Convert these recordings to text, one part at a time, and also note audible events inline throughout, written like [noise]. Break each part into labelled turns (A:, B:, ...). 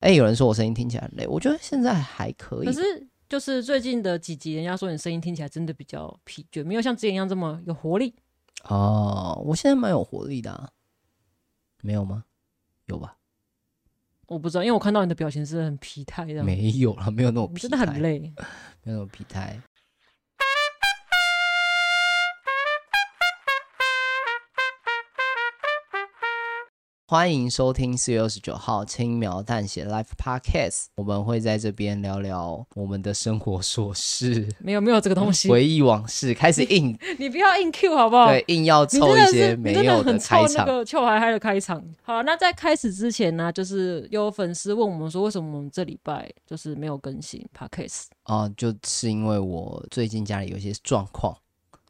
A: 哎、有人说我声音听起来很累，我觉得现在还可以
B: 可
A: 吧。
B: 是就是最近的几集，人家说你声音听起来真的比较疲倦，没有像之前一样这么有活力。
A: 哦，我现在蛮有活力的、啊，没有吗？有吧？
B: 我不知道，因为我看到你的表情是很疲态这样，
A: 没有了，没有那种
B: 你
A: 疲
B: 真的很
A: 态，
B: 累。
A: 没有那种疲态。欢迎收听四月二十九号轻描淡写 Life Podcast，我们会在这边聊聊我们的生活琐事、
B: 没有没有这个东西，
A: 回忆往事，开始硬
B: [laughs] 你不要硬 Q 好不好？
A: 对硬要
B: 你
A: 凑
B: 真
A: 一
B: 的
A: 些
B: 是，
A: 没
B: 你真
A: 有
B: 的很
A: 开
B: 凑那
A: 场。
B: 个臭嗨嗨的开场。好，那在开始之前呢、就是有粉丝问我们说，为什么我们这礼拜就是没有更新 podcast？
A: 哦、就是因为我最近家里有一些状况，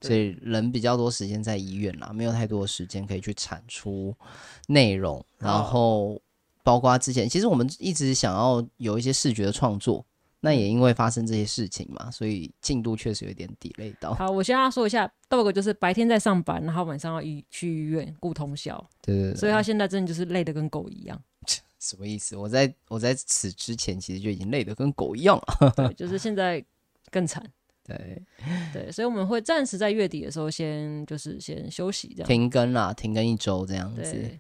A: 所以人比较多时间在医院啦，没有太多的时间可以去产出内容。
B: 哦
A: 然后包括之前，其实我们一直想要有一些视觉的创作，那
B: 嗯
A: 也因为发生这些事情嘛，所以进度确实有点 delay 到。
B: 好，我先要说一下，豆哥就是白天在上班，然后晚上要医去医院顾通宵，
A: 对对啊对，
B: 所以他现在真的就是累得跟狗一样。
A: 什么意思？我在我在此之前其实就已经累得跟狗一样了。
B: 对，就是现在更惨。
A: 对，
B: 对，所以我们会暂时在月底的时候先就是先休息这样。
A: 停更啦，停更一周这样子。
B: 对，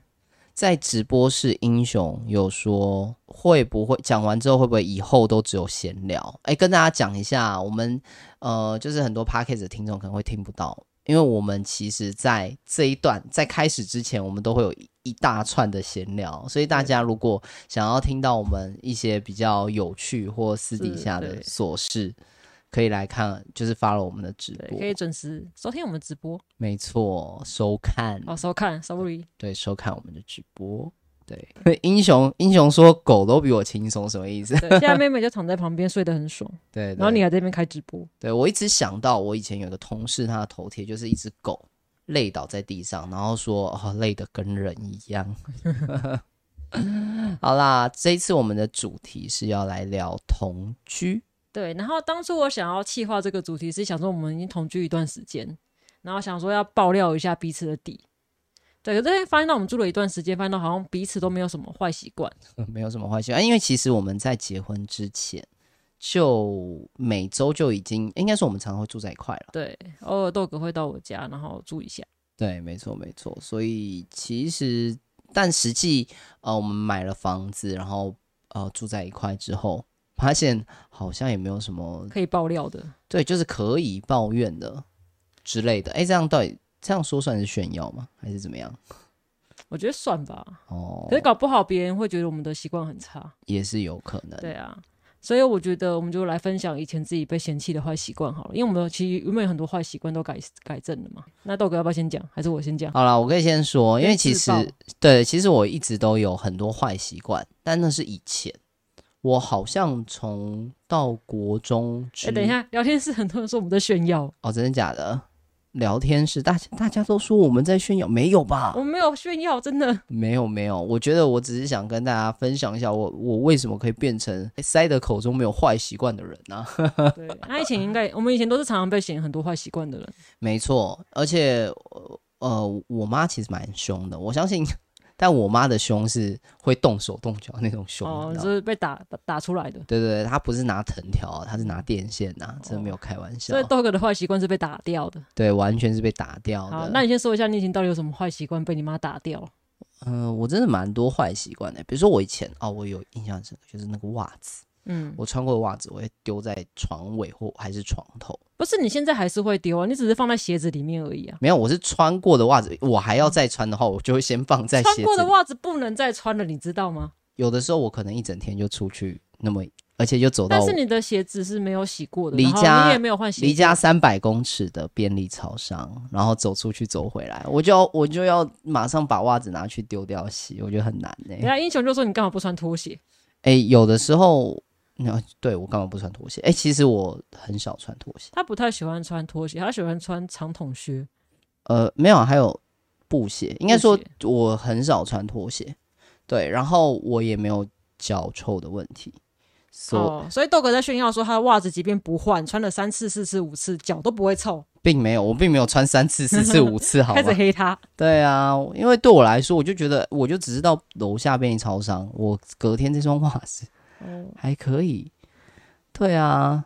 A: 在直播室，英雄有说会不会讲完之后会不会以后都只有闲聊？哎，跟大家讲一下，我们呃，就是很多 p a c k a g e 的听众可能会听不到，因为我们其实在这一段在开始之前，我们都会有一一大串的闲聊，所以大家如果想要听到我们一些比较有趣或私底下
B: 是
A: 的
B: 对
A: 琐事，可以来看，就是 follow 我们的直
B: 对，
A: 播
B: 可，以准时收听我们直播
A: 没错，收看
B: 哦，收看，sorry，
A: 对，收看我们的直播。 [laughs] 对，英雄英雄说狗都比我轻松，什么意思？ [laughs]
B: 对，现在妹妹就躺在旁边睡得很爽，
A: 对，
B: 然后你
A: 对
B: 还在那边开直播，
A: 对我一直想到我以前有一个同事，他的头贴就是一只狗累倒在地上，然后说哦累得跟人一样。 [laughs] 好啦，这一次我们的主题是要来聊同居。
B: 对，然后当初我想要企划这个主题是想说我们已经同居一段时间，然后想说要爆料一下彼此的底。对，可是发现到我们住了一段时间，发现到好像彼此都没有什么坏习惯。
A: 没有什么坏习惯，因为其实我们在结婚之前就每周就已经，应该说我们常常会住在一块了。
B: 对，偶尔豆哥会到我家，然后住一下。
A: 对，没错没错。所以其实，但实际呃，我们买了房子，然后呃住在一块之后，发现好像也没有什么
B: 可以爆料的，
A: 对，就是可以抱怨的之类的。哎，这样到底这样说算是炫耀吗？还是怎么样？
B: 我觉得算吧。
A: 哦
B: 可，是搞不好别人会觉得我们的习惯很差。
A: 也是有可能。
B: 对啊，所以我觉得我们就来分享以前自己被嫌弃的坏习惯好了，因为我们其实原本有很多坏习惯都改改正了嘛。那豆哥要不要先讲，还是我先讲？哎
A: 好啦，我可以先说，因为
B: 先
A: 其
B: 自
A: 实
B: 爆
A: 对，其实我一直都有很多坏习惯，但那是以前。我好像从到国中
B: 哎、
A: 之，
B: 等一下，聊天室很多人说我们在炫耀，
A: 哦，真的假的？聊天室大家大家都说我们在炫耀，没有吧
B: 我？们没有炫耀，
A: [laughs]
B: 真的。
A: 没有没有，我觉得我只是想跟大家分享一下我我为什么可以变成塞德口中没有坏习惯的人啊。 [laughs]
B: 对，那以前应该我们以前都是常常被嫌很多坏习惯的
A: [laughs]
B: 人，
A: 没错，而且呃，我妈其实蛮凶的，我相信，但我妈的凶是会动手动脚那种凶。
B: 哦，
A: 你
B: 就
A: 知道吗
B: 是被打打打出来的。
A: 对对对，她不是拿藤条，啊她是拿电线呐、真的没有开玩笑。
B: 所以豆哥的坏习惯是被打掉的。
A: 对，完全是被打掉的。
B: 好，那你先说一下你以前到底有什么坏习惯被你妈打掉？
A: 嗯、我真的蛮多坏习惯的，比如说我以前哦，我有印象很深刻，就是那个袜子，
B: 嗯，
A: 我穿过的袜子，我会丢在床尾或还是床头。
B: 不是，你现在还是会丢啊，你只是放在鞋子里面而已啊。
A: 没有，我是穿过的袜子，我还要再穿的话，我就会先放在
B: 穿
A: 鞋
B: 过
A: 子
B: 的
A: 里。
B: 袜子不能再穿了，你知道吗？
A: 有的时候我可能一整天就出去，那么而且就走到
B: 但是你的鞋子是没有洗过的，
A: 离
B: 然后
A: 家
B: 你也没有换鞋子，
A: 离家三百公尺的便利超商，然后走出去走回来，我就要我就要马上把袜子拿去丢掉洗，我觉得很难呢、
B: 人家哎英雄就说你干嘛不穿拖鞋？
A: 哎、有的时候。那对我干嘛不穿拖鞋？哎、其实我很少穿拖鞋。
B: 他不太喜欢穿拖鞋，他喜欢穿长筒靴。
A: 呃，没有，还有布鞋，应该说
B: 布
A: 我很少穿拖鞋，对，然后我也没有脚臭的问题，所、
B: 哦哦，所以豆哥在炫耀说他的袜子即便不换，穿了三次、四次、五次，脚都不会臭。
A: 并没有，我并没有穿三次、四
B: [laughs]
A: 次、五次，好吗啊
B: 开始？黑他，
A: 对啊，因为对我来说，我就觉得，我就只是到楼下便利超商，我隔天这双袜子
B: 哦，
A: 还可以。对啊，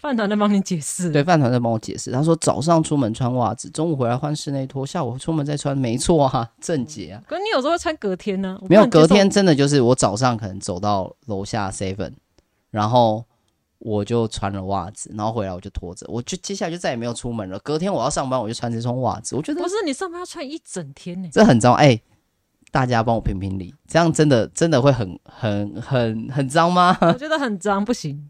B: 饭团在帮你解释，
A: 对，饭团在帮我解释，他说早上出门穿袜子，中午回来换室内拖，下午出门再穿，没错啊， [laughs] 正解啊。
B: 可是你有时候会穿隔天呢、我不
A: 没有
B: 能接
A: 隔
B: 受
A: 天真的就是我早上可能走到楼下 seven，然后我就穿了袜子，然后回来我就拖着，我就接下来就再也没有出门了。隔天我要上班，我就穿这双袜子，我觉得
B: 不是你上班要穿一整天呢、
A: 这很脏。哎、大家帮我评评理，这样真的真的会很很很很脏吗？ [laughs]
B: 我觉得很脏，不行。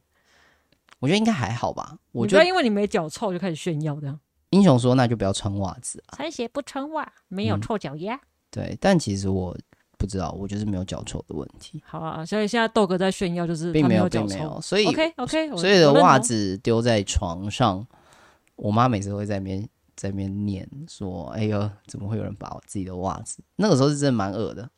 A: 我觉得应该还好吧。我
B: 你
A: 觉
B: 不要
A: 得
B: 因为你没脚臭就开始炫耀这样，
A: 英雄说那就不要穿袜子啊，
B: 穿鞋不穿袜，没有
A: 嗯
B: 臭脚丫。
A: 对，但其实我不知道，我就是没有脚臭的问题，
B: 好啊，所以现在豆哥在炫耀就是
A: 并
B: 他
A: 没
B: 有
A: 并
B: 脚
A: 没
B: 臭。
A: 有，所以
B: OK OK，
A: 所以的袜子丢在床上，我妈每次会在那边在那边念说：“哎呦，怎么会有人把我自己的袜子？”那个时候是真的蛮恶的。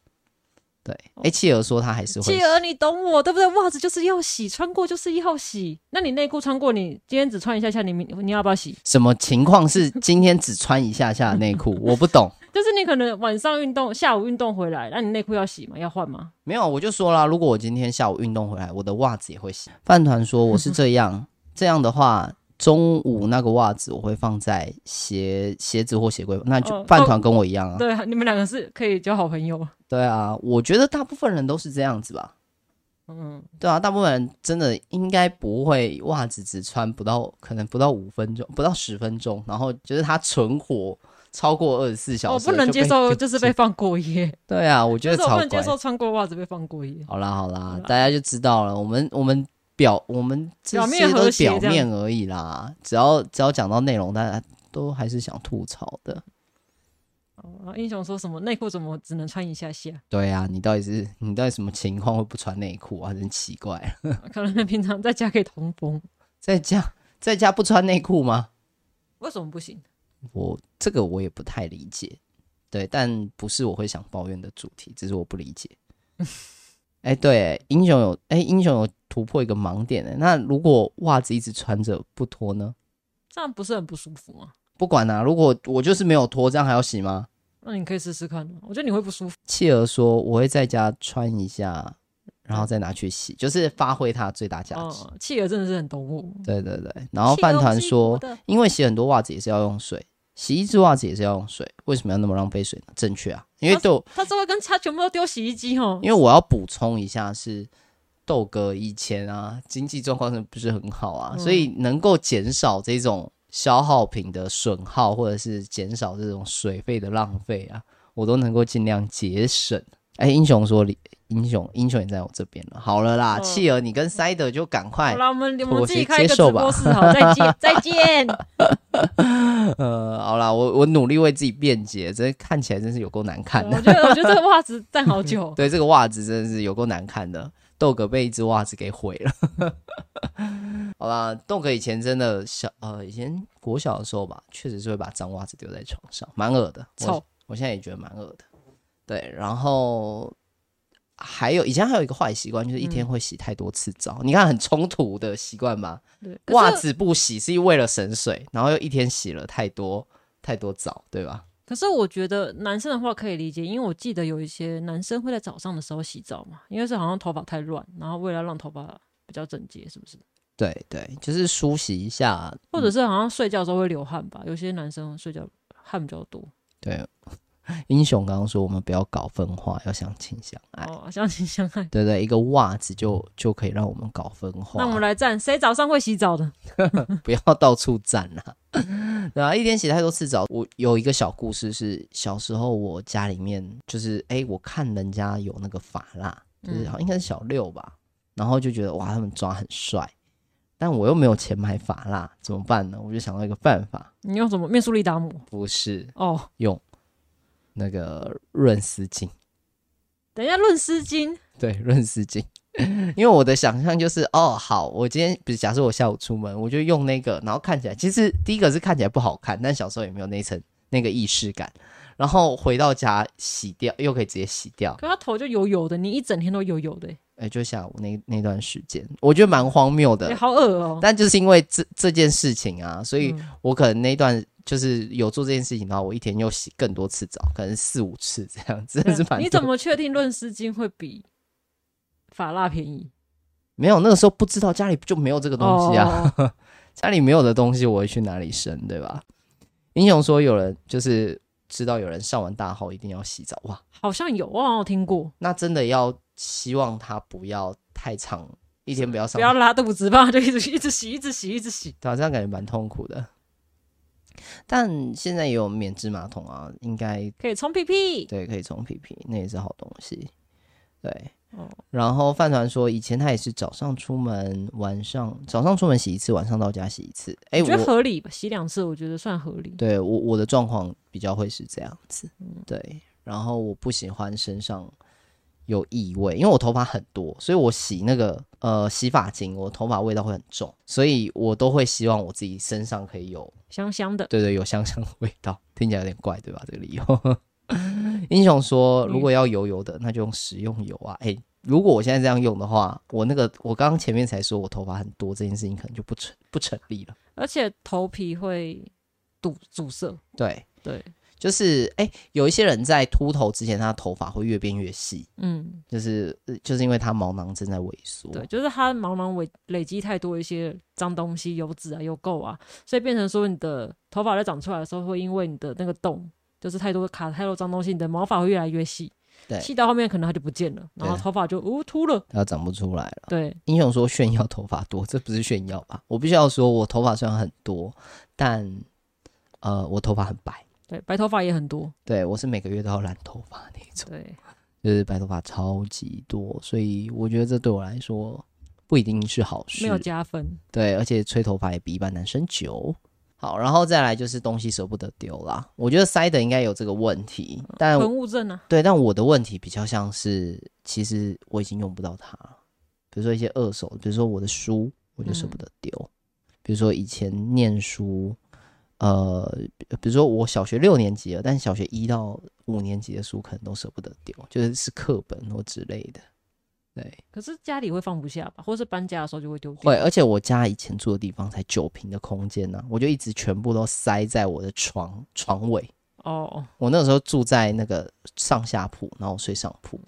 A: 对，哎、企鹅说她还是会
B: 哦企，鹅，你懂我对不对？袜子就是要洗，穿过就是要洗。那你内裤穿过，你今天只穿一下下，你明你要不要洗？
A: 什么情况是今天只穿一下下的内裤？我不懂。 [laughs]
B: 就是你可能晚上运动，下午运动回来，那你内裤要洗吗？要换吗？
A: 没有，我就说啦，如果我今天下午运动回来，我的袜子也会洗。饭团说我是这样，这样的话，中午那个袜子我会放在鞋鞋子或鞋柜，那就
B: 哦
A: 饭团跟我一样啊。
B: 对啊，你们两个是可以交好朋友。
A: 对啊，我觉得大部分人都是这样子吧。
B: 嗯，
A: 对啊，大部分人真的应该不会袜子只穿不到，可能不到五分钟，不到十分钟，然后就是它存活超过二十四小
B: 我
A: 时、
B: 哦不能接受，就是被
A: 被。
B: 放过夜。
A: 对啊，我觉
B: [laughs] 就
A: 得
B: 是我
A: 超
B: 不
A: 乖
B: 能。接受穿过袜子被放过夜。
A: 好啦好啦
B: 对，吧
A: 大家就知道了。我们我们表我们这
B: 表面
A: 些
B: 和
A: 都是
B: 谐
A: 表
B: 这样
A: 面而已啦，只要只要讲到内容，大家都还是想吐槽的。
B: 然啊后英雄说什么内裤怎么只能穿一下下？ [laughs]
A: 对啊，你到底是你到底什么情况会不穿内裤啊？真奇怪，
B: 可能平常在家可以通风，
A: 在家 [laughs] 在家不穿内裤吗？
B: 为什么不行？
A: 我这个我也不太理解，对，但不是我会想抱怨的主题，只是我不理解。哎、对，英雄有哎、英雄有突破一个盲点哎，那如果袜子一直穿着不脱呢？
B: 这样不是很不舒服吗？
A: 不管啦、如果我就是没有脱，这样还要洗吗？
B: 那你可以试试看，啊我觉得你会不舒服。
A: 企鹅说我会在家穿一下，然后再拿去洗，就是发挥它的最大价值。
B: 哦，企鹅真的是很懂我。
A: 对对对，然后饭团说，
B: 企鹅不是一国的
A: 因为洗很多袜子也是要用水，洗一只袜子也是要用水，为什么要那么浪费水呢？正确啊，因为对我
B: [laughs] 他这会跟他全部都丢洗衣机哦。
A: 因为我要补充一下是。豆哥以前啊，经济状况真的不是很好啊，
B: 嗯
A: 所以能够减少这种消耗品的损耗，或者是减少这种水费的浪费啊，我都能够尽量节省。哎、英雄说你，英雄，英雄也在我这边了。好了啦，
B: 嗯
A: 企鹅，你跟塞德就赶快
B: 好，了，我们我
A: 妥
B: 们
A: 协
B: 自己开一
A: 接
B: 个直
A: 受吧
B: 播室好，再
A: [laughs]
B: 见再见。
A: 呃，好啦，我我努力为自己辩解，这看起来真是有够难看的，
B: 我。觉得我觉得这个袜子站好久
A: 对，这个袜子真的是有够难看的，豆哥被一只袜子给毁了。 [laughs] 好啦，豆哥以前真的小呃，以前国小的时候吧，确实是会把脏袜子丢在床上，蛮恶的。
B: 臭
A: 我我现在也觉得蛮恶的。对，然后还有以前还有一个坏习惯，就是一
B: 嗯
A: 天会洗太多次澡。你看很冲突的习惯吧？
B: 对可是
A: 袜子不洗是为了省水，然后又一天洗了太多太多澡，对吧？
B: 可是我觉得男生的话可以理解，因为我记得有一些男生会在早上的时候洗澡嘛，因为是好像头发太乱，然后为了让头发比较整洁，是不是？
A: 对对，就是梳洗一下，
B: 或者是好像睡觉的时候会流汗吧，有些男生睡觉汗比较多。
A: 对，英雄刚刚说我们不要搞分化，要相亲相爱。
B: 哦，相亲相爱。
A: 对对，一个袜子就就可以让我们搞分化，
B: 那我们来站，谁早上会洗澡的？
A: [laughs] 不要到处站啦、 [laughs] 对啊，一天洗太多次澡。我有一个小故事是，小时候我家里面就是，哎、我看人家有那个发蜡，就是
B: 嗯
A: 好像应该是小六吧，然后就觉得哇，他们抓很帅，但我又没有钱买发蜡，怎么办呢？我就想到一个办法，
B: 你用什么面速力达姆？
A: 不是
B: 哦，
A: 用那个润丝巾。
B: 等一下论丝巾，
A: 对，润丝巾。 [laughs] 因为我的想象就是，哦，好，我今天比如假设我下午出门，我就用那个，然后看起来其实第一个是看起来不好看，但小时候也没有那一层那个意识感，然后回到家洗掉又可以直接洗掉，
B: 可他头就油油的，你一整天都油油的欸、
A: 哎、就下午那那段时间，我觉得蛮荒谬的。
B: 哎、好恶哦、
A: 但就是因为这这件事情啊，所以
B: 嗯
A: 我可能那段就是有做这件事情的话，我一天又洗更多次澡，可能四五次这样，真 [laughs] 的是蛮多。
B: 啊你怎么确定论丝巾会比法蜡便宜？
A: 没有？那个时候不知道家里就没有这个东西啊，
B: 哦 [laughs]
A: 家里没有的东西，我会去哪里生，对吧？英雄说有人就是知道有人上完大号一定要洗澡，哇，
B: 好像有，我好像有听过。
A: 那真的要希望他不要太长，一天不要上
B: 不要拉肚子，不然就一直一直洗，一直洗，一直洗。
A: 对啊，这样感觉蛮痛苦的。但现在也有免治马桶啊，应该
B: 可以冲屁屁，
A: 对可以冲屁屁，那也是好东西。对，
B: 哦
A: 然后饭团说，以前他也是早上出门，晚上早上出门洗一次，晚上到家洗一次。哎、
B: 我觉得
A: 我
B: 合理吧，洗两次我觉得算合理。
A: 对我我的状况比较会是这样子，对。然后我不喜欢身上有异味，因为我头发很多，所以我洗那个呃洗发精，我头发味道会很重，所以我都会希望我自己身上可以有
B: 香香的，
A: 对对，有香香的味道，听起来有点怪，对吧？这个理由。 [laughs] 英雄说，如果要油油的，那就用食用油啊。哎，如果我现在这样用的话，我那个我刚刚前面才说我头发很多这件事情，可能就不成不成立了。
B: 而且头皮会堵阻塞。
A: 对，
B: 对，
A: 就是哎，有一些人在秃头之前，他的头发会越变越细，
B: 嗯，
A: 就是呃就是因为他毛囊正在萎缩。
B: 对，就是它毛囊累累积太多一些脏东西、油脂啊、油垢啊，所以变成说你的头发在长出来的时候，会因为你的那个洞，就是太多卡太多脏东西，你的毛发会越来越细，
A: 对
B: 细到后面可能它就不见了，然后
A: 对啊
B: 头发就呜、秃了。
A: 它长不出来了。
B: 对，
A: 英雄说炫耀头发多，这不是炫耀吧？我必须要说，我头发虽然很多，但呃，我头发很白。
B: 对，白头发也很多。
A: 对我是每个月都要染头发那一种，
B: 对，
A: 就是白头发超级多，所以我觉得这对我来说不一定是好
B: 没有
A: 事。
B: 加分。
A: 对，而且吹头发也比一般男生久。好，然后再来就是东西舍不得丢啦。我觉得塞的应该有这个问题，但
B: 囤物症啊，
A: 对，但我的问题比较像是，其实我已经用不到它了。比如说一些二手，比如说我的书，我就舍不得丢。比如说以前念书，呃，比如说我小学六年级了，但小学一到五年级的书可能都舍不得丢，就是是课本或之类的。对，
B: 可是家里会放不下吧，或是搬家的时候就会丢掉。
A: 会，而且我家以前住的地方才九平的空间呢、我就一直全部都塞在我的床床尾。
B: 哦，
A: 我那个时候住在那个上下铺，然后我睡上铺，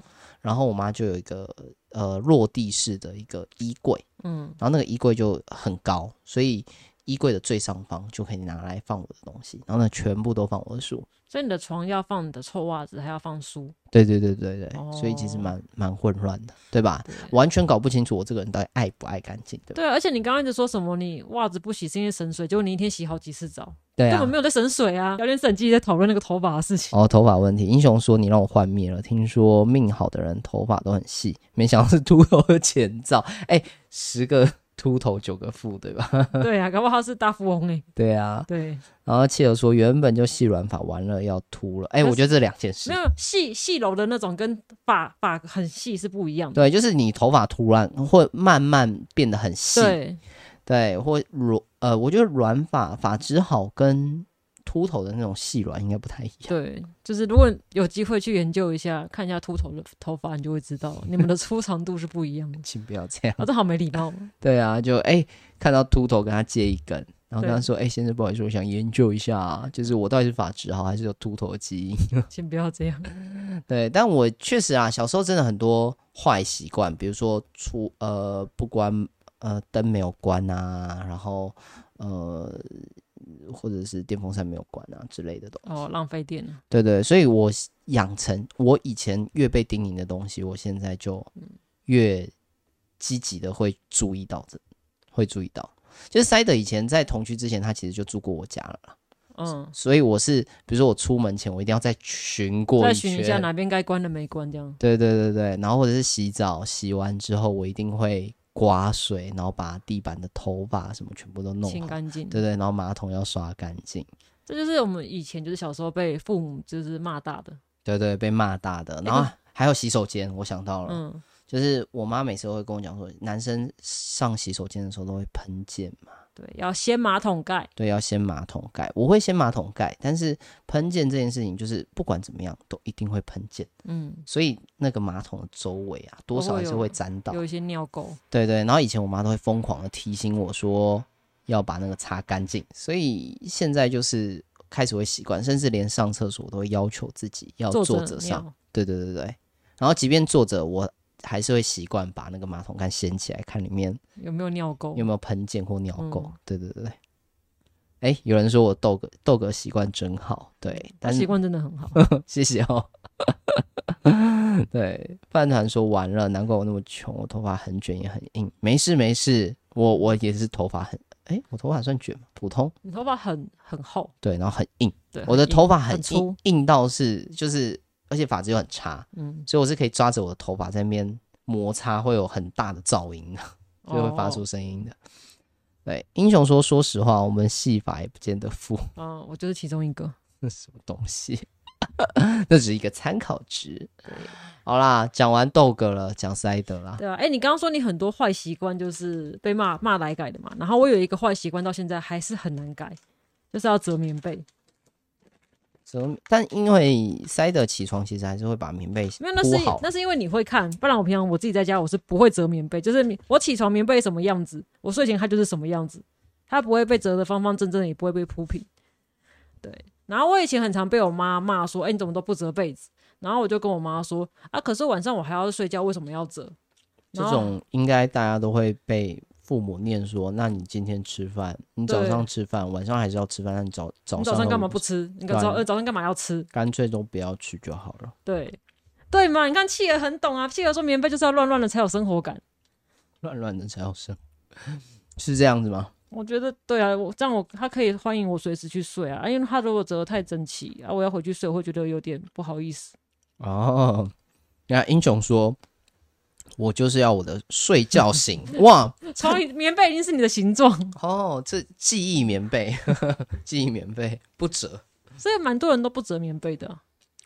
A: 然后我妈就有一个呃落地式的一个衣柜，
B: 嗯，
A: 然后那个衣柜就很高，所以衣柜的最上方就可以拿来放我的东西，然后呢全部都放我的书。
B: 所以你的床要放你的臭袜子，还要放书。
A: 对对对对对，
B: 哦
A: 所以其实蛮蛮混乱的，对吧？
B: 对
A: 完全搞不清楚我这个人到底爱不爱干净，对吧？
B: 对，啊而且你刚刚一直说什么你袜子不洗是因为省水，结果你一天洗好几次澡，
A: 对
B: 根
A: 啊
B: 本。没有在省水啊！聊天审计在讨论那个头发的事情，
A: 哦，头发问题，英雄说你让我幻灭了。听说命好的人头发都很细，没想到是秃头的前兆。 [laughs] 哎，十个秃头九个富，对吧？ [laughs]
B: 对啊，搞不好他是大富翁哎、
A: 对啊，
B: 对，
A: 然后切尔说原本就细软发，完了要秃了。哎、
B: 但是
A: 我觉得这两件事
B: 没，有细细柔的那种跟发发很细是不一样的，
A: 对，就是你头发突然会慢慢变得很细，
B: 对
A: 对，或软呃，我觉得软发发质好跟秃头的那种细软应该不太一样。。
B: 对，就是如果有机会去研究一下，看一下秃头的头发，你就会知道你们的粗长度是不一样的
A: [laughs] 请不要这样
B: 啊，。这好没礼貌哦。 [laughs]
A: 对啊，就哎、看到秃头跟他借一根，然后跟他
B: 对
A: 说：“哎、先生，不好意思，我想研究一下，啊就是我到底是发质好还是有秃头的基因。” [laughs]
B: 先不要这样。
A: 对，但我确实啊，小时候真的很多坏习惯，比如说出呃不关呃灯没有关啊，然后呃或者是电风扇没有关啊之类的东西。
B: 哦，浪费电了。
A: 对对，所以我养成我以前越被叮咛的东西，我现在就
B: 嗯
A: 越积极的会注意到这，会注意到。就是塞德以前在同居之前，他其实就住过我家了啦，
B: 嗯，
A: 所以我是比如说我出门前，我一定要再巡过
B: 再
A: 一
B: 寻
A: 圈，
B: 一下哪边该关的没关，这样。
A: 对对对对，然后或者是洗澡，洗完之后我一定会刮水，然后把地板的头发什么全部都弄
B: 清
A: 好，
B: 干净，
A: 对对，然后马桶要刷干净，
B: 这就是我们以前就是小时候被父母就是骂大的，
A: 对对，被骂大的，然后还有洗手间，我想到了，
B: 嗯，
A: 就是我妈每次都会跟我讲说，男生上洗手间的时候都会喷溅嘛，
B: 对，要掀马桶盖，
A: 对，要掀马桶盖，我会掀马桶盖，但是喷溅这件事情就是不管怎么样都一定会喷溅，
B: 嗯，
A: 所以那个马桶的周围啊，多少还是会沾到。
B: 哦有一些尿垢，
A: 对对，然后以前我妈都会疯狂的提醒我说要把那个擦干净，所以现在就是开始会习惯，甚至连上厕所都会要求自己要哦坐着上。
B: 尿，
A: 对对对对，然后即便坐着，我还是会习惯把那个马桶盖掀起来，看里面
B: 有没有尿垢？
A: 有没有喷溅或尿垢。
B: 哦嗯
A: 对对对对。哎，有人说我豆哥豆哥习惯真好，对，
B: 他
A: 但是
B: 嗯习惯真的很好，
A: 谢谢哦。 [laughs] 对，饭团说完了，难怪我那么穷，我头发很卷也很硬。没事没事，我我也是头发很，哎，我头发算卷吗？普通，
B: 你头发很很厚，
A: 对，然后很硬，
B: 对，
A: 我的
B: 很硬
A: 头发很
B: 很
A: 硬
B: 粗，
A: 硬到是就是，而且发质又很差，
B: 嗯，
A: 所以我是可以抓着我的头发在那边摩擦，会有很大的噪音的，就会
B: 哦
A: 发出声音的。对，英雄说，说实话，我们戏法也不见得富。
B: 哦，嗯，我就是其中一个，
A: 那什么东西？ [laughs] 那只是一个参考值。好啦，讲完豆哥了，讲塞德啦。
B: 对啊，哎，你刚刚说你很多坏习惯就是被骂骂来改的嘛，然后我有一个坏习惯到现在还是很难改，就是要折棉被，
A: 怎么？但因为塞德起床其实还是会把棉被
B: 没有，那是
A: 铺好。
B: 那是因为你会看，不然我平常我自己在家我是不会折棉被，就是棉我起床棉被什么样子，我睡前它就是什么样子，它不会被折得方方正正的，也不会被铺平。对，然后我以前很常被我妈骂说，哎、你怎么都不折被子？然后我就跟我妈说，啊，可是晚上我还要睡觉，为什么要折？
A: 这
B: 然后
A: 种应该大家都会被父母念说：“那你今天吃饭，你早
B: 对
A: 上吃饭，晚上还是要吃饭，那你早早
B: 你
A: 上
B: 早上
A: 都
B: 干嘛不吃？你早
A: 对啊
B: 呃早上干嘛要吃？
A: 干脆都不要吃就好了。
B: 对，对嘛？你看企鹅很懂啊，企鹅说棉被就是要乱乱的才有生活感。
A: 乱乱的才有生， [laughs] 是这样子吗？
B: 我觉得对啊，我这样我他可以欢迎我随时去睡啊，啊因为他如果折得太整齐啊，我要回去睡，我会觉得有点不好意思。
A: 哦，那英雄说：“我就是要我的睡觉 [laughs] 醒。”哇，
B: 超一棉被已经是你的形状，
A: 哦，这记忆棉被， [laughs] 记忆棉被不折，
B: 所以蛮多人都不折棉被的啊、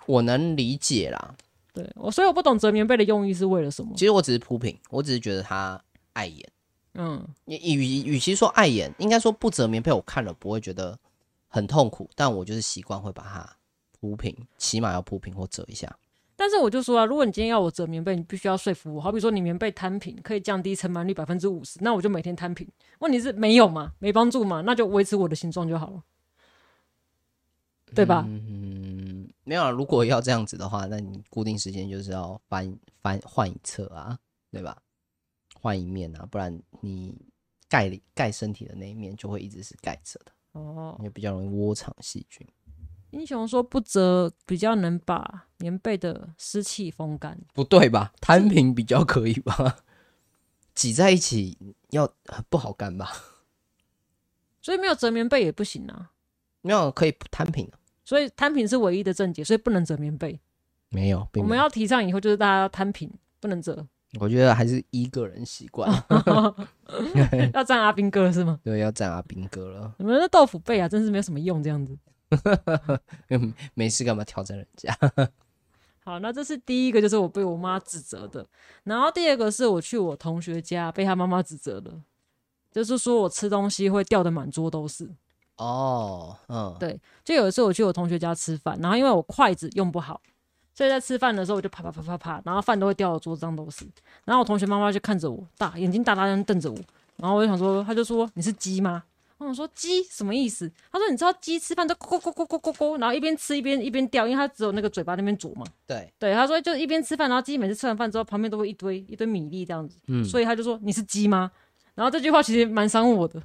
A: 我能理解啦。
B: 对我，所以我不懂折棉被的用意是为了什么。
A: 其实我只是铺平，我只是觉得它碍眼。
B: 嗯，
A: 也与与其说碍眼，应该说不折棉被，我看了不会觉得很痛苦，但我就是习惯会把它铺平，起码要铺平或折一下。
B: 但是我就说啊，如果你今天要我折棉被，你必须要说服我。好比说你棉被摊平可以降低尘螨率百分之五十，那我就每天摊平。问题是没有嘛，没帮助嘛，那就维持我的形状就好了，对吧？
A: 嗯，没有啊。如果要这样子的话，那你固定时间就是要翻翻换一侧啊，对吧？换一面啊，不然你盖里盖身体的那一面就会一直是盖着的。
B: 哦，
A: 也比较容易窝藏细菌。
B: 英雄说不折比较能把棉被的湿气风干。
A: 不对 [laughs] 吧？摊平比较可以吧？挤在一起要呃不好干吧？
B: 所以没有折棉被也不行啊。
A: 没有，可以摊平啊。
B: 所以摊平是唯一的正解，所以不能折棉被。
A: 没有，
B: 我
A: 并没
B: 们
A: 有。
B: 要提倡以后就是大家要摊平，不
A: [laughs]
B: 能折，
A: 我觉得还是依个人习惯。
B: 要站阿兵哥是吗？
A: 对，要赞阿兵哥了。 [laughs]
B: 你们那豆腐被啊，真是没有什么用这样子。
A: 嗯，没事干嘛挑战人 [laughs] 家？
B: 好，那这是第一个，就是我被我妈指责的。然后第二个是我去我同学家被他妈妈指责的，就是说我吃东西会掉的满桌都是。
A: 哦，嗯，
B: 对就有一次我去我同学家吃饭，然后因为我筷子用不好，所以在吃饭的时候我就啪啪啪啪啪，然后饭都会掉到桌子上都是。然后我同学妈妈就看着我，大眼睛大大的瞪着我，然后我就想说，她就说你是鸡吗？我想说鸡什么意思？她说你知道鸡吃饭都咕咕咕咕咕咕咕，然后一边吃一边一边掉，因为它只有那个嘴巴那边啄嘛。
A: 对，
B: 对，她说就一边吃饭，然后鸡每次吃完饭之后旁边都会一堆一堆米粒这样子，
A: 嗯，
B: 所以她就说你是鸡吗？然后这句话其实蛮伤我的，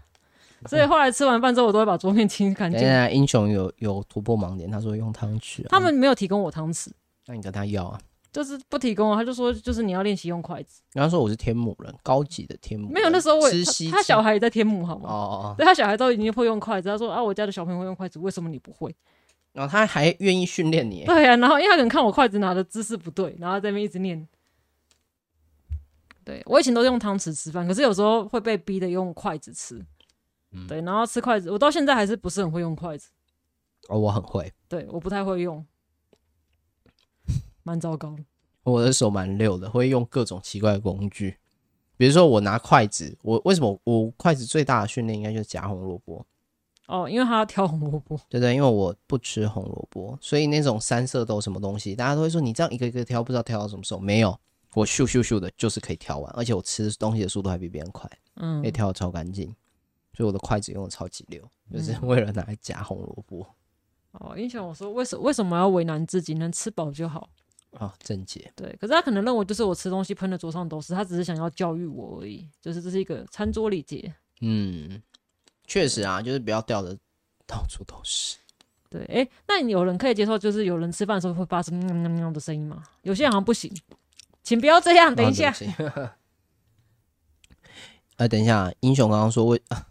B: 所以后来吃完饭之后我都会把桌面清干
A: 等
B: 净
A: 一。下英雄有有突破盲点，他说用汤匙、啊，
B: 他们没有提供我汤匙，
A: 那你跟他要啊。
B: 就是不提供啊。他就说，就是你要练习用筷子。
A: 然后说我是天母人，高级的天母人。
B: 没有，那时候我也
A: 哦吃
B: 他
A: 西
B: 他小
A: 孩
B: 孩也在天母，好
A: 哦
B: 吗？
A: 哦，哦
B: 对他小孩都已经会用筷子，他说啊，我家的小朋友会用筷子，为什么你不会？
A: 然后他还愿意训练你，
B: 对呀、然后因为他可能看我筷子拿的姿势不对，然后在那边一直念。对我以前都用汤匙吃饭，可是有时候会被逼的用筷子吃。
A: 嗯
B: 对，然后吃筷子，我到现在还是不是很会用筷子，
A: 哦，我很会。
B: 对，我不太
A: [laughs]
B: 会用，蛮糟糕的。
A: 我的手蛮溜的，会用各种奇怪的工具。比如说我拿筷子，我为什么我筷子最大的训练应该就是夹红萝卜，
B: 哦，因为他要挑红萝卜，
A: 对不对？因为我不吃红萝卜，所以那种三色豆什么东西，大家都会说你这样一个一个挑，不知道挑到什么时候。没有，我咻咻咻的，就是可以挑完，而且我吃东西的速度还比别人快，
B: 嗯
A: 可以，挑的超干净，所以我的筷子用的超级溜，就是
B: 嗯
A: [laughs] 为了拿来夹红萝卜
B: 哦，英雄我说为什为什么要为难自己，能吃饱就好。
A: 啊，正解。
B: 对，可是他可能认为就是我吃东西喷的桌上都是，他只是想要教育我而已，就是这是一个餐桌礼节。
A: 嗯，确实啊，就是不要掉
B: 哦
A: 的到处都是。
B: 对，哎、那你有人可以接受，就是有人吃饭的时候会发出喵喵喵的声音吗？有些人好像不行，请不要这样。等一下
A: 啊，对不起呃，等一下，英雄刚刚说为、 [laughs] 啊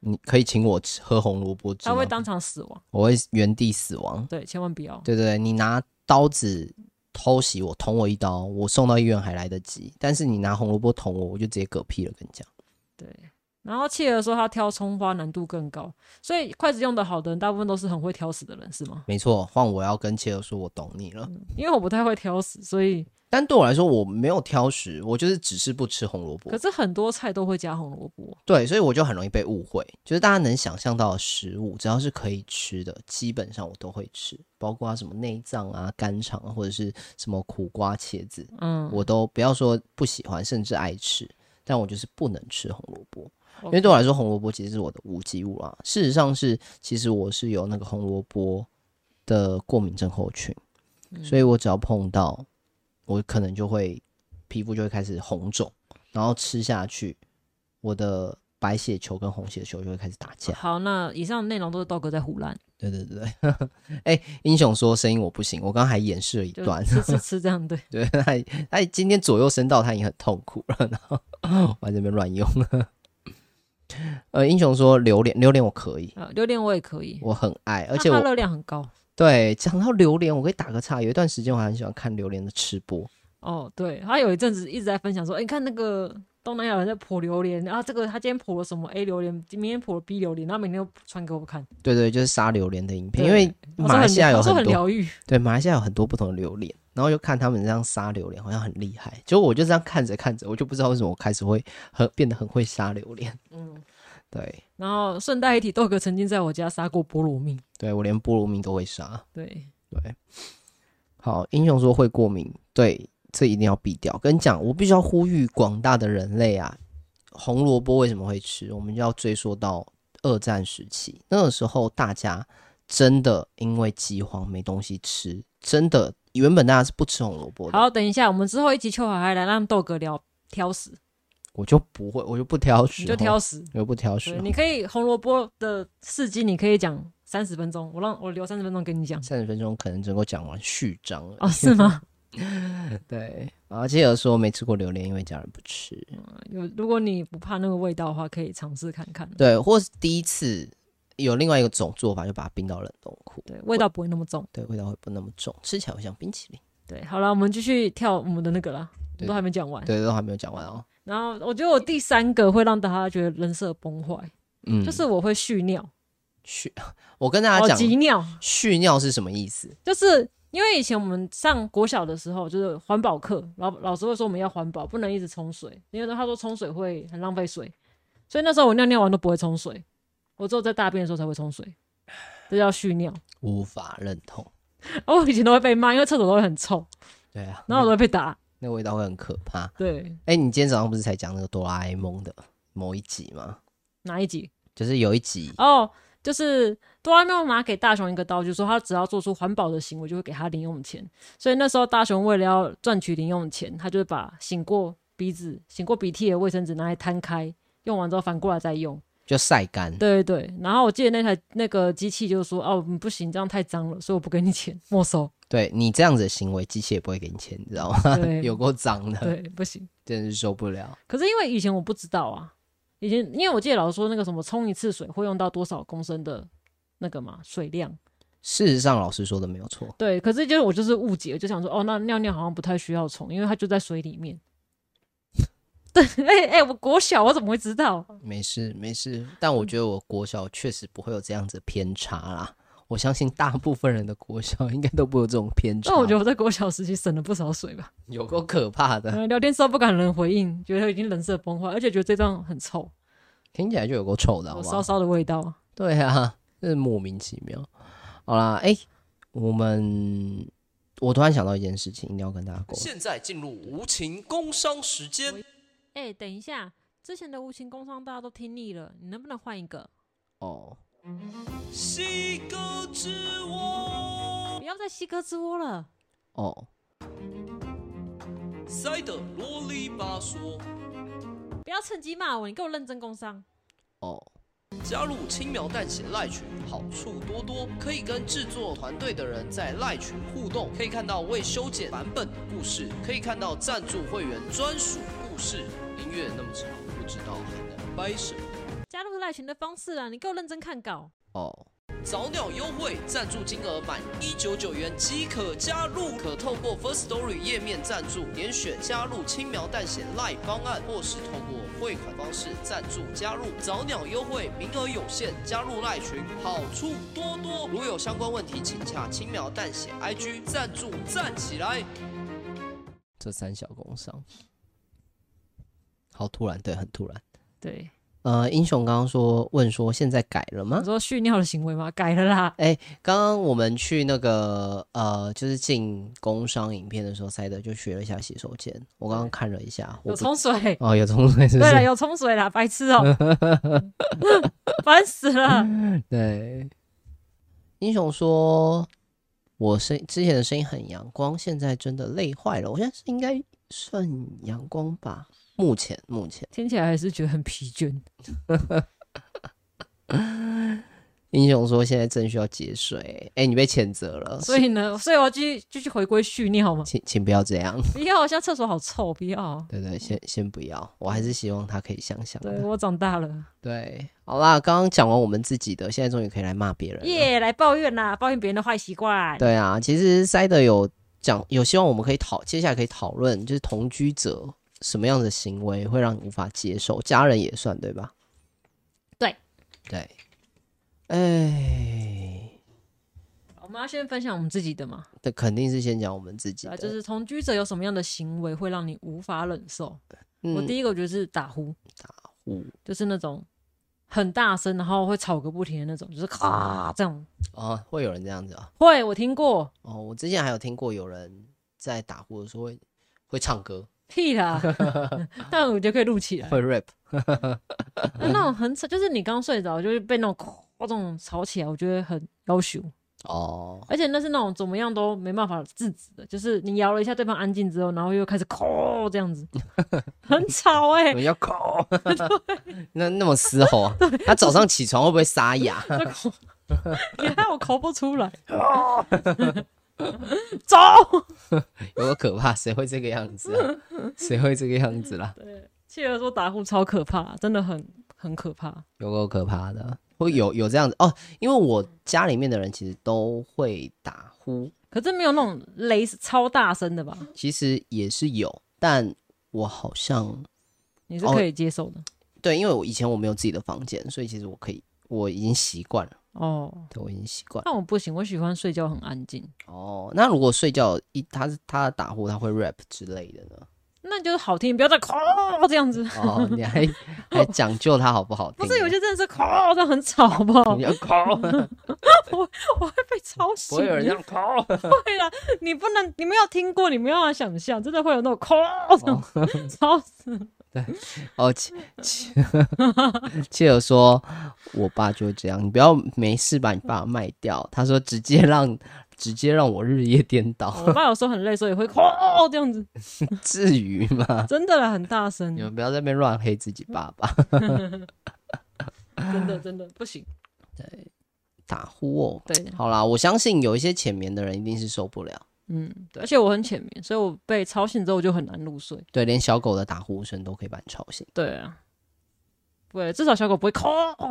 A: 你可以请我吃喝红萝卜汁
B: 他
A: 吗，
B: 会当场死亡。
A: 我会原地死亡。
B: 对，千万不要。
A: 对对对，你拿刀子偷袭我，捅我一刀，我送到医院还来得及。但是你拿红萝卜捅我，我就直接嗝屁了，跟你讲。
B: 然后契儿说他挑葱花难度更高，所以筷子用的好的人，大部分都是很会挑食的人，是吗？
A: 没错，换我要跟切尔说，我懂你了。
B: 因为我不太会挑食，所以
A: 但对我来说，我没有挑食，我就是只是不吃红萝卜
B: 可。是很多菜都会加红萝卜。
A: 对，所以我就很容易被误会。就是大家能想象到的食物，只要是可以吃的，基本上我都会吃，包括什么内脏啊、肝肠啊，或者是什么苦瓜、茄子，
B: 嗯，
A: 我都不要说不喜欢，甚至爱吃，但我就是不能吃红萝卜。因
B: OK
A: 为对我来说，红萝卜其实是我的无机物啦。啊事实上是，其实我是有那个红萝卜的过敏症候群，
B: 嗯
A: 所以我只要碰到，我可能就会皮肤就会开始红肿，然后吃下去，我的白血球跟红血球就会开始打架。
B: 好，那以上内容都是豆哥在胡乱，
A: 对对对 [laughs] 对，哎、英雄说声音我不行，我刚刚还演示了一
B: 就
A: 段，
B: 吃吃吃这样对。
A: 对，他已他已今天左右声道他已经很痛苦了，然后我还在那边乱用。 [laughs] 呃，英雄说榴莲，榴莲我可以，
B: 啊，榴莲我也可以，
A: 我很爱，而
B: 那
A: 且
B: 它
A: 我
B: 热量很高。
A: 对讲到榴莲，我可以打个岔，有一段时间我还很喜欢看榴莲的吃播，
B: 哦，对，他有一阵子一直在分享说，哎、你看那个东南亚人在剖榴莲，然、后这个他今天剖了什么 A 榴莲，明天剖了 B 榴莲，然后每天都传给我看，
A: 对对，就是杀榴莲的影片，
B: 对
A: 因为
B: 我
A: 马来西亚有
B: 说
A: 很
B: 很
A: 多
B: 疗愈，
A: 对马来西亚有很多不同的榴莲，然后就看他们这样杀榴莲，好像很厉害。结果我就这样看着看着，我就不知道为什么我开始会很变得很会杀榴莲。
B: 嗯。
A: 对，
B: 然后顺带一提，豆哥曾经在我家杀过菠萝蜜，
A: 对我连菠萝蜜都会杀。
B: 对，
A: 对，好，英雄说会过敏，对，这一定要避掉。跟你讲，我必须要呼吁广大的人类啊，红萝卜为什么会吃？我们就要追溯到二战时期，那个时候大家真的因为饥荒没东西吃，真的原本大家是不吃红萝卜的，
B: 好，等一下，我们之后一集秋海还来让豆哥聊挑食，
A: 我就不会，我就不挑食，
B: 你就挑，食，
A: 我就不挑食
B: 对，。你可以红萝卜的事迹，你可以讲三十分钟，我让我留三十分钟给你讲，
A: 三十分钟可能能够讲完序章了。
B: [laughs] 哦，是吗？
A: [laughs] 对，然后接着说没吃过榴莲，因为家人不吃。
B: 有，如果你不怕那个味道的话，可以尝试看看。
A: 对，或是第一次有另外一个种做法，就把它冰到冷冻库，
B: 对，味道不会那么重。
A: 对，味道会不那么重，吃起来会像冰淇淋。
B: 对，好了，我们继续跳我们的那个啦，我
A: 对
B: 们都还没讲完。
A: 对，都还没有讲完哦。
B: 然后我觉得我第三个会让大家觉得人设崩坏，
A: 嗯，
B: 就是我会蓄尿，
A: 蓄，我跟大
B: 哦
A: 家，讲
B: 急尿，
A: 蓄尿是什么意思？
B: 就是因为以前我们上国小的时候，就是环保课，老老师会说我们要环保，不能一直冲水，因为他说冲水会很浪费水，所以那时候我尿尿完都不会冲水，我只有在大便的时候才会冲水，这叫蓄尿。 [laughs]
A: 无法认同。
B: 哦，我以前都会被骂，因为厕所都会很臭，
A: 对啊，
B: 然后我都会被打。
A: 那味道会很可怕。
B: 对，
A: 哎，你今天早上不是才讲那个哆啦 A 梦的某一集吗？
B: 哪一集？
A: 就是有一集，
B: 哦，就是哆啦 A 梦拿给大雄一个刀，就说他只要做出环保的行为，就会给他零用钱。所以那时候大雄为了要赚取零用钱，他就把醒过鼻子、醒过鼻涕的卫生纸拿来摊开，用完之后反过来再用。
A: 就晒干。
B: 对对对。然后我记得那台那个机器就说：“哦，嗯不行，这样太脏了，所以我不给你钱，没收。
A: 对你这样子的行为，机器也不会给你钱，你知道吗？[laughs]
B: 对
A: 有够脏”的，
B: 对，不行。
A: 真是受不了。
B: 可是因为以前我不知道啊，以前因为我记得老师说那个什么冲一次水会用到多少公升的那个嘛水量。
A: 事实上，老师说的没有错。
B: 对，可是就是我就是误解，就想说哦，那尿尿好像不太需要冲，因为它就在水里面。 [laughs] 对，哎、哎、我国小我怎么会知道？
C: 嗯
A: 没事没事，但我觉得我国小确实不会有这样子偏差啦。我相信大部分人的国小应该都不会有这种偏差。
B: 但我觉得我在国小时期省了不少水
A: [laughs]
B: 吧。
A: 有够可怕的，
C: 嗯
B: 呃聊天时候不敢有人回应，觉得已经人设崩坏，而且觉得这段很臭，
A: 听起来就有够臭的，好啊
B: 有
A: 不
B: 骚
A: 好？
B: 骚的味道。
A: 对啊，真是莫名其妙。好啦，哎、我们我突然想到一件事情，一定要跟大家沟通。
C: 现在进入无情工伤时间。
B: 哎、等一下，之前的无情工伤大家都听腻了，你能不能换一个？
A: 哦，
C: 西哥之窝，
B: 不要再西哥之窝了。
A: 哦，
C: 塞得啰里吧嗦。
B: 不要趁机骂我，你给我认真工伤。
A: 哦，
C: 加入轻描淡写赖群，好处多多，可以跟制作团队的人在赖群互动，可以看到未修剪版本的故事，可以看到赞助会员专属故事。音乐那么长，不知道还能掰什么。
B: 加入赖群的方式啊，你给我认真看稿。
A: 哦，
C: 早鸟优惠，赞助金额满一九九元即可加入，可透过 First Story 页面赞助，点选加入轻描淡写 Live 方案，或是透过汇款方式赞助加入。早鸟优惠名额有限，加入赖群好处多多。如有相关问题，请洽轻描淡写 IG 赞助站起来。
A: 这三小工伤，好突然，对，很突然。
B: 对，
A: 呃，英雄刚刚说问说现在改了吗
B: 你？说蓄尿的行为吗？改了啦。
A: 刚刚我们去那个呃，就是进工商影片的时候，塞德就学了一下洗手间。我刚刚看了一下，我
B: 有
A: 不
B: 冲水。
A: 哦，有冲水是不
B: 对了，
A: 是？
B: 有冲水啦，白
A: [laughs]
B: 痴哦、烦死了。
A: 对，英雄说，我声之前的声音很阳光，现在真的累坏了。我现在是应该算阳光吧？目前目前，
B: 听起来还是觉得很疲倦。
A: 英雄说现在正需要节水。哎，你被谴责了，
B: 所以呢，所以我要继续继续回归蓄尿嘛。
A: 请请不要这样。
B: 不要，现在厕所好臭，不要。
A: 对对，先先不要，我还是希望他可以想想的。
B: 对我啊长大了，
A: 对，好啦，刚刚讲完我们自己的，现在终于可以来骂别人了。
B: 耶、来抱怨啦，抱怨别人的坏习惯。
A: 啊对啊，其实塞德有讲，有希望我们可以讨，接下来可以讨论，就是同居者什么样的行为会让你无法接受，家人也算对吧？
B: 对
A: 对，哎，
B: 我们要先分享我们自己的嘛，
A: 这肯定是先讲我们自己
B: 对啊，
A: 的，
B: 就是同居者有什么样的行为会让你无法忍受？我
A: 嗯，
B: 第一个我觉得是打呼，
A: 五
B: 就是那种很大声，然后会吵个不停的那种，就是咔这样。
A: 哦，会有人这样子啊？
B: 会，我听过，
A: 哦，我之前还有听过有人在打呼的时候会会唱歌，[laughs]
B: 屁啦，但我觉得可以录起来。
A: 会 rap，
B: 那那种很吵，就是你刚睡着，就是被那种咔这种吵起来，我觉得很要求。
A: 哦，
B: 而且那是那种怎么样都没办法制止的，就是你摇了一下对方安静之后，然后又开始扣这样子，很吵哎、
A: 我们要口， [laughs] 那那么嘶吼啊，他早上起床会不会沙哑？ [laughs]
B: 这口你看我口不出来，走。
A: 有多可怕？谁会这个样子、啊？谁会这个样子啦？
B: 企鹅说打呼超可怕，真的很很可怕。
A: 有够可怕的，会有有这样子哦。因为我家里面的人其实都会打呼，
B: 可是没有那种雷超大声的吧？
A: 其实也是有，但我好像
B: 你是可以接受的哦
A: 对，因为我以前我没有自己的房间，所以其实我可以，我已经习惯了，
B: 哦。
A: 对我已经习惯了。
B: 但我不行，我喜欢睡觉很安静，
A: 哦，那如果睡觉一他是他打呼，他会 rap 之类的呢？
B: 那就是好听，不要再扣这样子。
A: 哦，你还
B: [laughs]
A: 还讲究他好不好听？啊
B: 不是有些真的是扣，这样很吵，好不好 [laughs]
A: 你？要抠， [laughs]
B: 我会被吵
A: 不
B: 醒。
A: 会有人这样抠。
B: 对啦，你不能，你没有听过，你没有办法想象，真的会有那种空，吵死了。
A: 哦，切切 [laughs] 切尔说，我爸就这样，你不要没事把你爸卖掉。他说直接让直接让我日夜颠
B: 我
A: 倒，
B: 爸有时候很累，所以会空这样子，
A: [laughs] 至于吗？
B: 真的啦，很大声
A: 你，们不要在那边乱黑自己爸爸。
B: 真的真的不行。
A: 打呼哦，
B: 对，
A: 好啦，我相信有一些浅眠的人一定是受不了，
B: 嗯，而且我很浅眠，所以我被吵醒之后我就很难入睡。
A: 对，连小狗的打呼声都可以把你吵醒。
B: 对啊，对，至少小狗不会空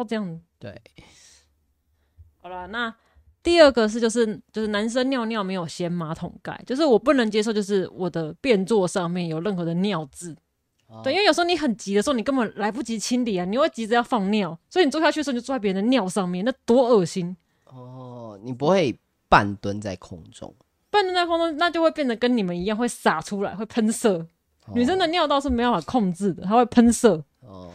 B: 这样子。
A: 对，
B: 好啦，那第二个是就是就是男生尿尿没有掀马桶盖，就是我不能接受，就是我的便座上面有任何的尿渍。
A: 哦
B: 对，因为有时候你很急的时候，你根本来不及清理啊，你会急着要放尿，所以你坐下去的时候你就坐在别人的尿上面，那多恶心！
A: 哦，哦，你不会半蹲在空中。
B: 半蹲在空中，那就会变得跟你们一样会洒出来，会喷射。
A: 哦
B: 女生的尿道是没办法控制的，它会喷射。
A: 哦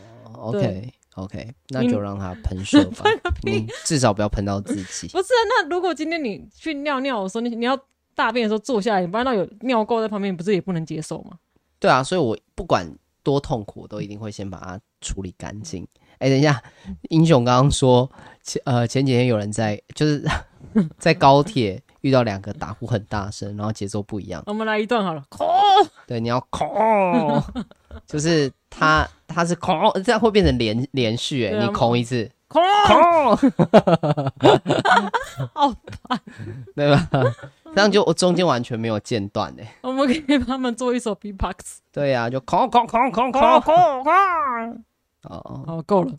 B: 对
A: ，OK OK，那就让它喷射吧，你至少不要喷到自己。
B: [laughs] 不是啊，那如果今天你去尿尿的时候，你你要大便的时候坐下来，你发现到有尿垢在旁边，你不是也不能接受吗？
A: 对啊，所以我不管多痛苦，我都一定会先把它处理干净。哎，等一下，英雄刚刚说前呃前几天有人在就是 [laughs] 在高铁遇到两个打呼很大声，然后节奏不一样。
B: 我们来一段好了，
A: 对，你要
B: [laughs]
A: 空，就是他他是空，这样会变成连连续哎，
B: 对啊
A: 你空一次，
B: 空 [laughs]
A: 空，
B: 哦，
A: 对吧？这样就我中间完全没有间断哎。
B: 我们可以帮他们做一首 B-box。
A: 对呀、就空空空空空空哦，
B: 好，够了，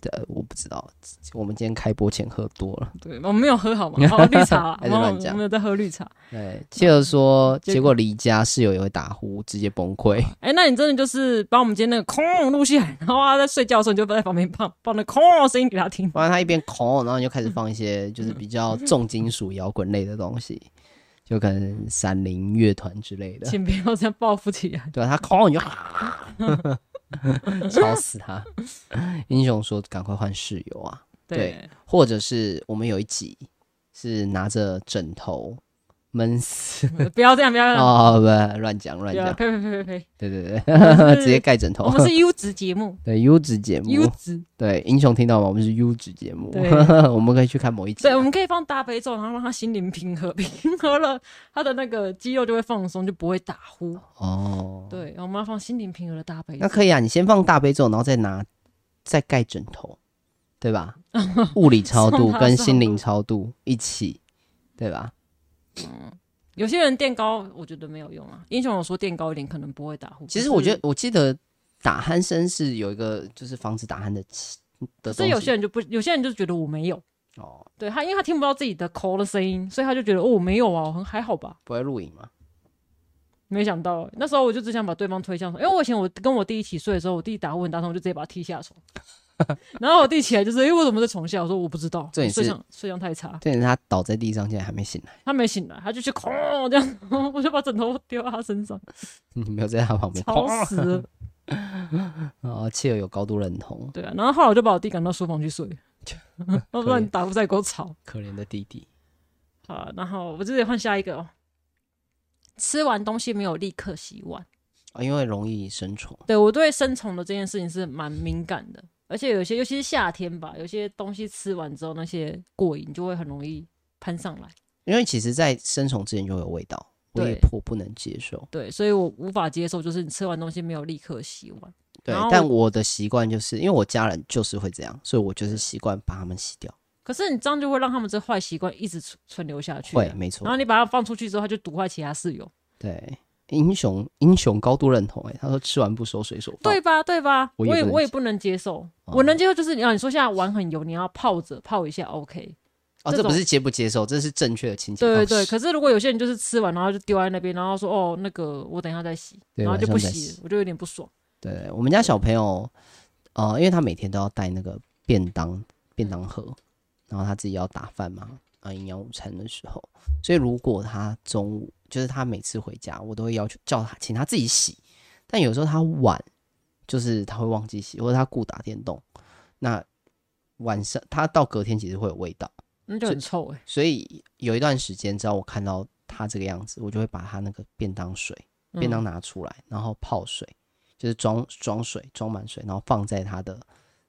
A: 对，啊我不知道，我们今天开播前喝多了。
B: 对，我们没有喝
A: [laughs]
B: 好吗？好，绿茶啦，
A: 还
B: 我
A: 是
B: 们
A: 乱
B: 我
A: 讲
B: 们有在喝绿茶。
A: 对，切尔说，
B: 结
A: 结果离家室友也会打呼，直接崩溃。
B: 哎、那你真的就是把我们今天那个空录下来，然后啊他在睡觉的时候，你就在旁边放放那空的声音给他听。
A: 不然他一边空，然后你就开始放一些就是比较重金属摇滚类的东西，就可能闪灵乐团之类的。
B: 请不要再报复起来。
A: 对啊，他空你就吵死他。英雄说：“赶快换室友啊！”对或者是我们有一集是拿着枕头闷死。
B: 对，不要这样，不要这样，
A: 哦，不，乱讲乱
B: 不要
A: 讲，
B: 呸呸呸呸呸！
A: 对对
B: 啊们
A: 对，
B: 是
A: [laughs] 直接盖枕头，
B: 我。们是优质节目
A: 对优质哦 [laughs] 节目，
B: 优质，
A: 对英雄听到吗？我们是优质节目
B: 对，
A: [laughs] 我们可以去看某一集
B: 对，。我们可以放大悲咒，然后让他心灵平和， [laughs] 平和了，他的那个肌肉就会放松，就不会打呼。
A: 哦，
B: 对，我们要放心灵平和的大悲
A: 那
B: 咒。
A: 可以啊，你先放大悲咒，然后再拿再盖枕头，对吧？
B: [laughs]
A: 物理超度
B: 送他
A: 跟
B: 上
A: 心
B: 路
A: 灵超度一起，对吧？
B: 有些人垫高，我觉得没有用啊。英雄有说垫高一点可能不会打呼，
A: 其实
B: 可是
A: 我觉得，我记得打鼾声是有一个就是防止打鼾的器的
B: 可
A: 东
B: 是
A: 西。
B: 有些人就不，有些人就觉得我没有。
A: 哦，
B: 对他，因为他听不到自己的口的声音，所以他就觉得哦，我没有啊，我很还好吧。
A: 不会录影吗？
B: 没想到、欸，那时候我就只想把对方推向床，因为我以前我跟我弟一起睡的时候，我弟打呼很大声，我就直接把他踢
A: [laughs]
B: 下床。然后我弟起来就是，哎、我怎么在床下？我说我不知道，
A: 这也
B: 我睡
A: 是
B: 相睡相太差。
A: 这人他倒在地上，竟然还没醒来，
B: 他没醒来，他就去哐这样，我就把枕头丢到他身上，
A: 你没有在他旁边。
B: 吵死了。
A: 哦，切尔有高度认同，
B: 对啊，然后后来我就把我弟赶到书房去睡，要不然你打呼再给我吵。
A: 可怜的弟弟。
B: 好，然后我直接换下一个哦。吃完东西没有立刻洗碗。
A: 哦，因为容易生虫，
B: 对我对生虫的这件事情是蛮敏感的，而且有些，尤其是夏天吧，有些东西吃完之后，那些过瘾就会很容易攀上来。
A: 因为其实，在生虫之前就会有味道，我
B: 对
A: 也颇不能接受。
B: 对，所以我无法接受，就是你吃完东西没有立刻洗碗。
A: 对
B: 然后，
A: 但我的习惯就是，因为我家人就是会这样，所以我就是习惯把它们洗掉。
B: 可是你这样就会让他们这坏习惯一直存存留下去啊。
A: 会，没
B: 然
A: 错。哦
B: 后你把它放出去之后，它就毒坏其他室友，
A: 对，英雄英雄高度认同、欸。他说吃完不收水手放。
B: 对吧？对吧？
A: 我
B: 我
A: 也
B: 也
A: 不能
B: 我也
A: 接
B: 不能接受，
A: 哦
B: 我能接受就是你啊，你说现在碗很油，你要泡着泡一下，OK。
A: 哦，
B: 这
A: 这不
B: 种
A: 是接不接受，这是正确的清洁
B: 对对
A: 方式。
B: 对，可是如果有些人就是吃完然后就丢在那边，然后说哦那个我等一下再洗，
A: 对
B: 然后就不
A: 晚上再洗
B: 洗，我就有点不爽。
A: 对对我们家小朋友，呃，因为他每天都要带那个便当便当盒，然后他自己要打饭嘛，啊，营养午餐的时候，所以如果他中午就是他每次回家，我都会要求叫他请他自己洗，但有时候他晚，就是他会忘记洗，或者他顾打电动，那晚上他到隔天其实会有味道，
B: 那就很臭哎、
A: 所以有一段时间，只要我看到他这个样子，我就会把他那个便当水。
B: 欸，
A: 便当
B: 嗯、
A: 拿出来，然后泡水，就是装装水，装满水，然后放在他的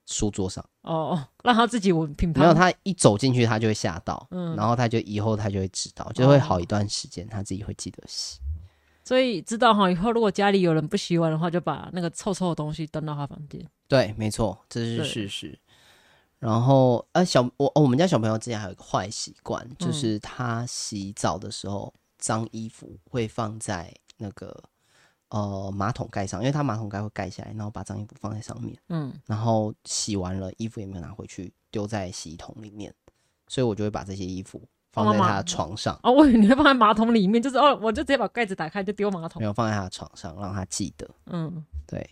A: 书桌上。
B: 哦哦，让他自己闻品牌。
A: 没有，他一走进去，他就会吓到，
B: 嗯
A: 然后他就以后他就会知道，就会好一段时间，他自己会记得洗。
B: 所以知道哈，以后如果家里有人不洗碗的话，就把那个臭臭的东西端到他房间。
A: 对，没错，这是
B: 对
A: 事实。然后，呃，小我、哦、我们家小朋友之前还有一个坏习惯，就
B: 嗯
A: 是他洗澡的时候，脏衣服会放在那个呃马桶盖上，因为他马桶盖会盖下来，然后把脏衣服放在上面。
B: 嗯，
A: 然后洗完了衣服也没有拿回去，丢在洗衣桶里面，所以我就会把这些衣服放在
B: 放到
A: 他
B: 马
A: 的床上，
B: 哦，我以为你会放在马桶里面，就是哦，我就直接把盖子打开就丢马桶
A: 没。有放在他的床上，让他记得。
B: 嗯，
A: 对，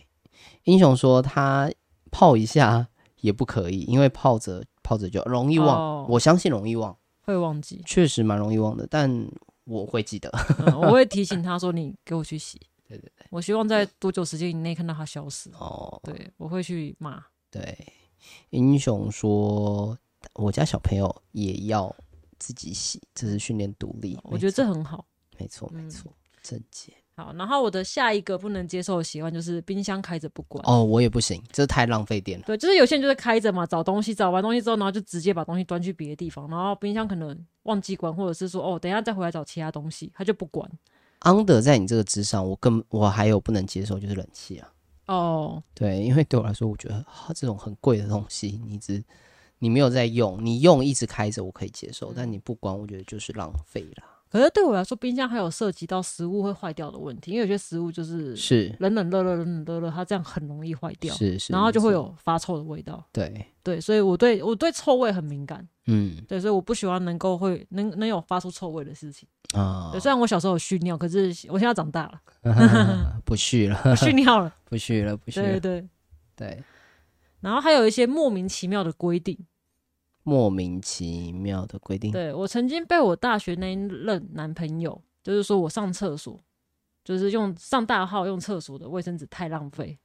A: 英雄说他泡一下也不可以，因为泡着泡着就容易忘，
B: 哦
A: 我相信容易忘。，
B: 会忘记
A: 确实蛮容易忘的，但我会记得。 [laughs]
B: 嗯我会提醒他说你给我去洗。
A: 对对
B: 对，我希望在多久时间以内看到它消失。
A: 哦，
B: 对，我会去骂。
A: 对，英雄说我家小朋友也要自己洗，这是训练独立。
B: 我觉得这很好。
A: 没错，没
B: 嗯
A: 错，正解。
B: 好，然后我的下一个不能接受的习惯就是冰箱开着不关。
A: 哦，我也不行，这太浪费电了。
B: 对，就是有些人就是开着嘛，找东西，找完东西之后，然后就直接把东西端去别的地方，然后冰箱可能忘记关，或者是说哦，等一下再回来找其他东西，他就不关。
A: under 在你这个之上，我更我还有不能接受就是冷气啊。
B: 哦，
A: 对，因为对我来说，我觉得它这种很贵的东西，你只你没有在用，你用一直开着我可以接受，但你不关，我觉得就是浪费啦。
B: 可是对我来说，冰箱还有涉及到食物会坏掉的问题，因为有些食物就是
A: 是
B: 冷冷热热、冷冷热热，它这样很容易坏嗯掉，
A: 是是，
B: 然后就会
A: 没
B: 有发臭的味道。
A: 错对，
B: 对，所以我对我对臭味很敏感，
A: 嗯
B: 对，所以我不喜欢能够会能能有发出臭味的事情。
A: 啊 [laughs]
B: 对，，虽然我小时候有蓄尿，可是我现在长大了，
A: [laughs] 不续了，
B: 不蓄尿
A: [laughs]
B: 了。
A: 不续了，不续
B: 对对
A: 了，
B: 对。
A: 对，
B: 然后还有一些莫名其妙的规定。
A: 莫名其妙的规定，
B: 对我曾经被我大学那一任男朋友，就是说我上厕所，就是用上大号用厕所的卫生纸太浪费。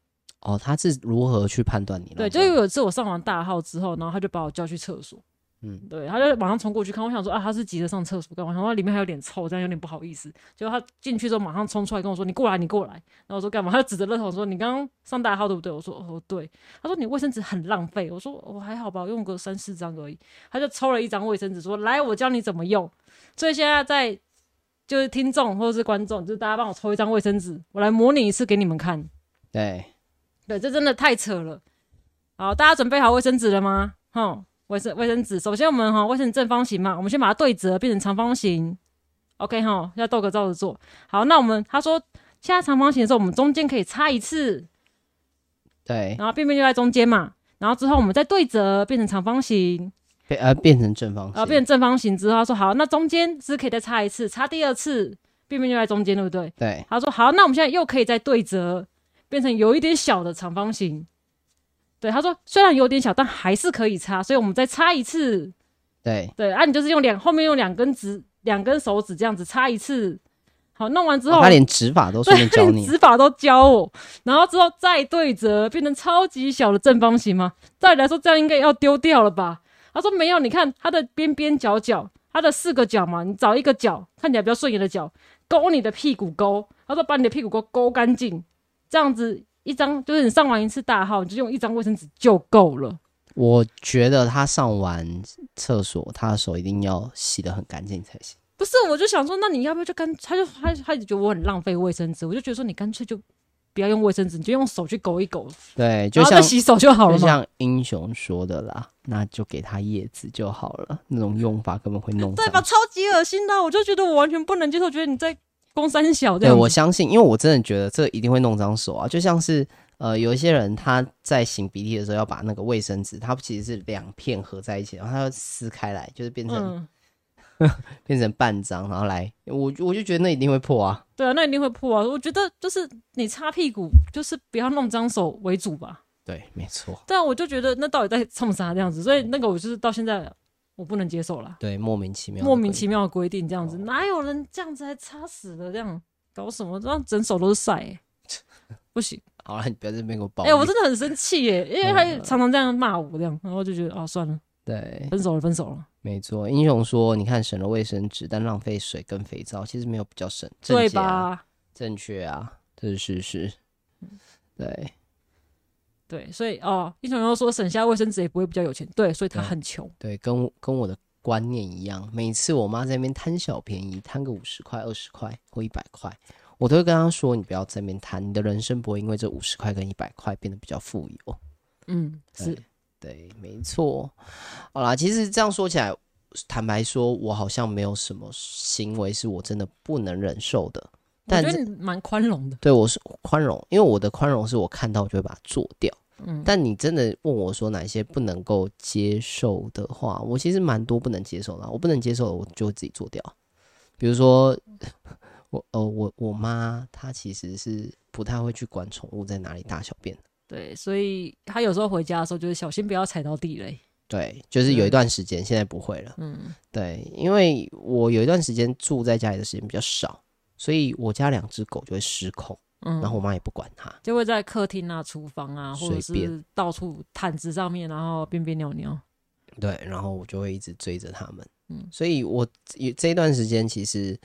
A: 哦，他是如何去判断你浪费？
B: 对，就是有一次我上完大号之后，然后他就把我叫去厕所，
A: 嗯，
B: 对，他就马上冲过去看，我想说啊，他是急着上厕所干嘛？我想说里面还有点臭，这样有点不好意思。结果他进去之后马上冲出来跟我说：“你过来，你过来。”然后我说干嘛？他就指着垃圾桶说：“你刚刚上大号对不对？”我说：“哦，对。”他说：“你卫生纸很浪费。”我说：“我、还好吧，我用个三四张而已。”他就抽了一张卫生纸说：“来，我教你怎么用。”所以现在在就是听众或者是观众，就是大家帮我抽一张卫生纸，我来模拟一次给你们看。
A: 对，
B: 对，这真的太扯了。好，大家准备好卫生纸了吗？哈，卫生卫生纸，首先我们哈卫生纸正方形嘛，我们先把它对折变成长方形。OK 哈，要豆个照着做。好，那我们他说现在长方形的时候，我们中间可以插一次，
A: 对，
B: 然后便便就在中间嘛。然后之后我们再对折变成长方形，
A: 变呃变成正方形，
B: 然后变成正方形之后，他说好，那中间是可以再插一次，插第二次，便便就在中间，对不对？
A: 对，
B: 他说好，那我们现在又可以再对折，变成有一点小的长方形。对，他说虽然有点小，但还是可以擦，所以我们再擦一次。
A: 对，
B: 对，啊，你就是用两后面用两根指两根手指这样子擦一次。好，弄完之后，
A: 哦他连指法都顺便教
B: 对，
A: 你，
B: 指法都教我，然后之后再对折，变成超级小的正方形吗？照理来说，这样应该要丢掉了吧？他说没有，你看它的边边角角，它的四个角嘛，你找一个角看起来比较顺眼的角，勾你的屁股沟。他说把你的屁股沟勾干净，这样子一张就是你上完一次大号，你就用一张卫生纸就够了。
A: 我觉得他上完厕所，他的手一定要洗得很干净才行。
B: 不是，我就想说，那你要不要就干？他就他他就觉得我很浪费卫生纸，我就觉得说你干脆就不要用卫生纸，你就用手去勾一勾，
A: 对，就
B: 然后
A: 像
B: 再洗手就好了
A: 就
B: 嘛。
A: 像英雄说的啦，那就给他叶子就好了，那种用法根本会弄
B: 对吧？
A: 脏。
B: 超级恶心的啊，我就觉得我完全不能接受，觉得你在攻三小这
A: 对，
B: 样
A: 我
B: 子。
A: 相信，因为我真的觉得这一定会弄脏手啊，就像是。呃，有一些人他在擤鼻涕的时候要把那个卫生纸，它其实是两片合在一起，然后它要撕开来，就是变成、
B: 嗯，
A: 变成半张，然后来，我我就觉得那一定会破啊。
B: 对啊，那一定会破啊！我觉得就是你擦屁股，就是不要弄脏手为主吧。
A: 对，没错，
B: 对啊，我就觉得那到底在冲啥这样子，所以那个我就是到现在我不能接受啦，
A: 对，莫名其妙的规定，
B: 莫名其妙的规定这样子，哪有人这样子还擦死了这样搞什么？让整手都是晒、
A: [laughs]
B: 欸不行。
A: 好了，你不要在这边给我抱
B: 哎、
A: 怨。
B: 我真的很生气耶、
A: 嗯
B: 因为他常常这样骂我这样，然后就觉得啊，算了，
A: 对，
B: 分手了，分手了。
A: 没错，英雄说：“你看，省了卫生纸，但浪费水跟肥皂，其实没有比较省，正
B: 对
A: 解啊？
B: 吧？
A: 正确啊，这是事实。对，
B: 对，所以哦，英雄又说省下卫生纸也不会比较有钱，对，所以他
A: 对
B: 很穷。
A: 对，跟我跟我的观念一样，每次我妈在那边贪小便宜，贪个五十块、二十块或一百块，我都会跟她说：你不要在那边贪，你的人生不会因为这五十块跟一百块变得比较富有。
B: 嗯，
A: 对
B: 是，
A: 对，没错。好啦，其实这样说起来，坦白说，我好像没有什么行为是我真的不能忍受的。”
B: 我
A: 但
B: 觉得
A: 这
B: 你蛮宽容的。
A: 对我是宽容，因为我的宽容是我看到就会把它做掉。
B: 嗯，
A: 但你真的问我说哪些不能够接受的话，我其实蛮多不能接受的啊。我不能接受的，我就会自己做掉。比如说，我呃，我我妈她其实是不太会去管宠物在哪里大小便的。
B: 对，所以他有时候回家的时候就是小心不要踩到地雷。
A: 对，就是有一段时间，现在不会了。
B: 嗯，
A: 对，因为我有一段时间住在家里的时间比较少，所以我家两只狗就会失控，
B: 嗯
A: 然后我妈也不管它。
B: 就会在客厅啊、厨房啊，或者
A: 随便
B: 是到处毯子上面，然后便便尿尿。
A: 对，然后我就会一直追着它们。
B: 嗯
A: 所以我也这一段时间其实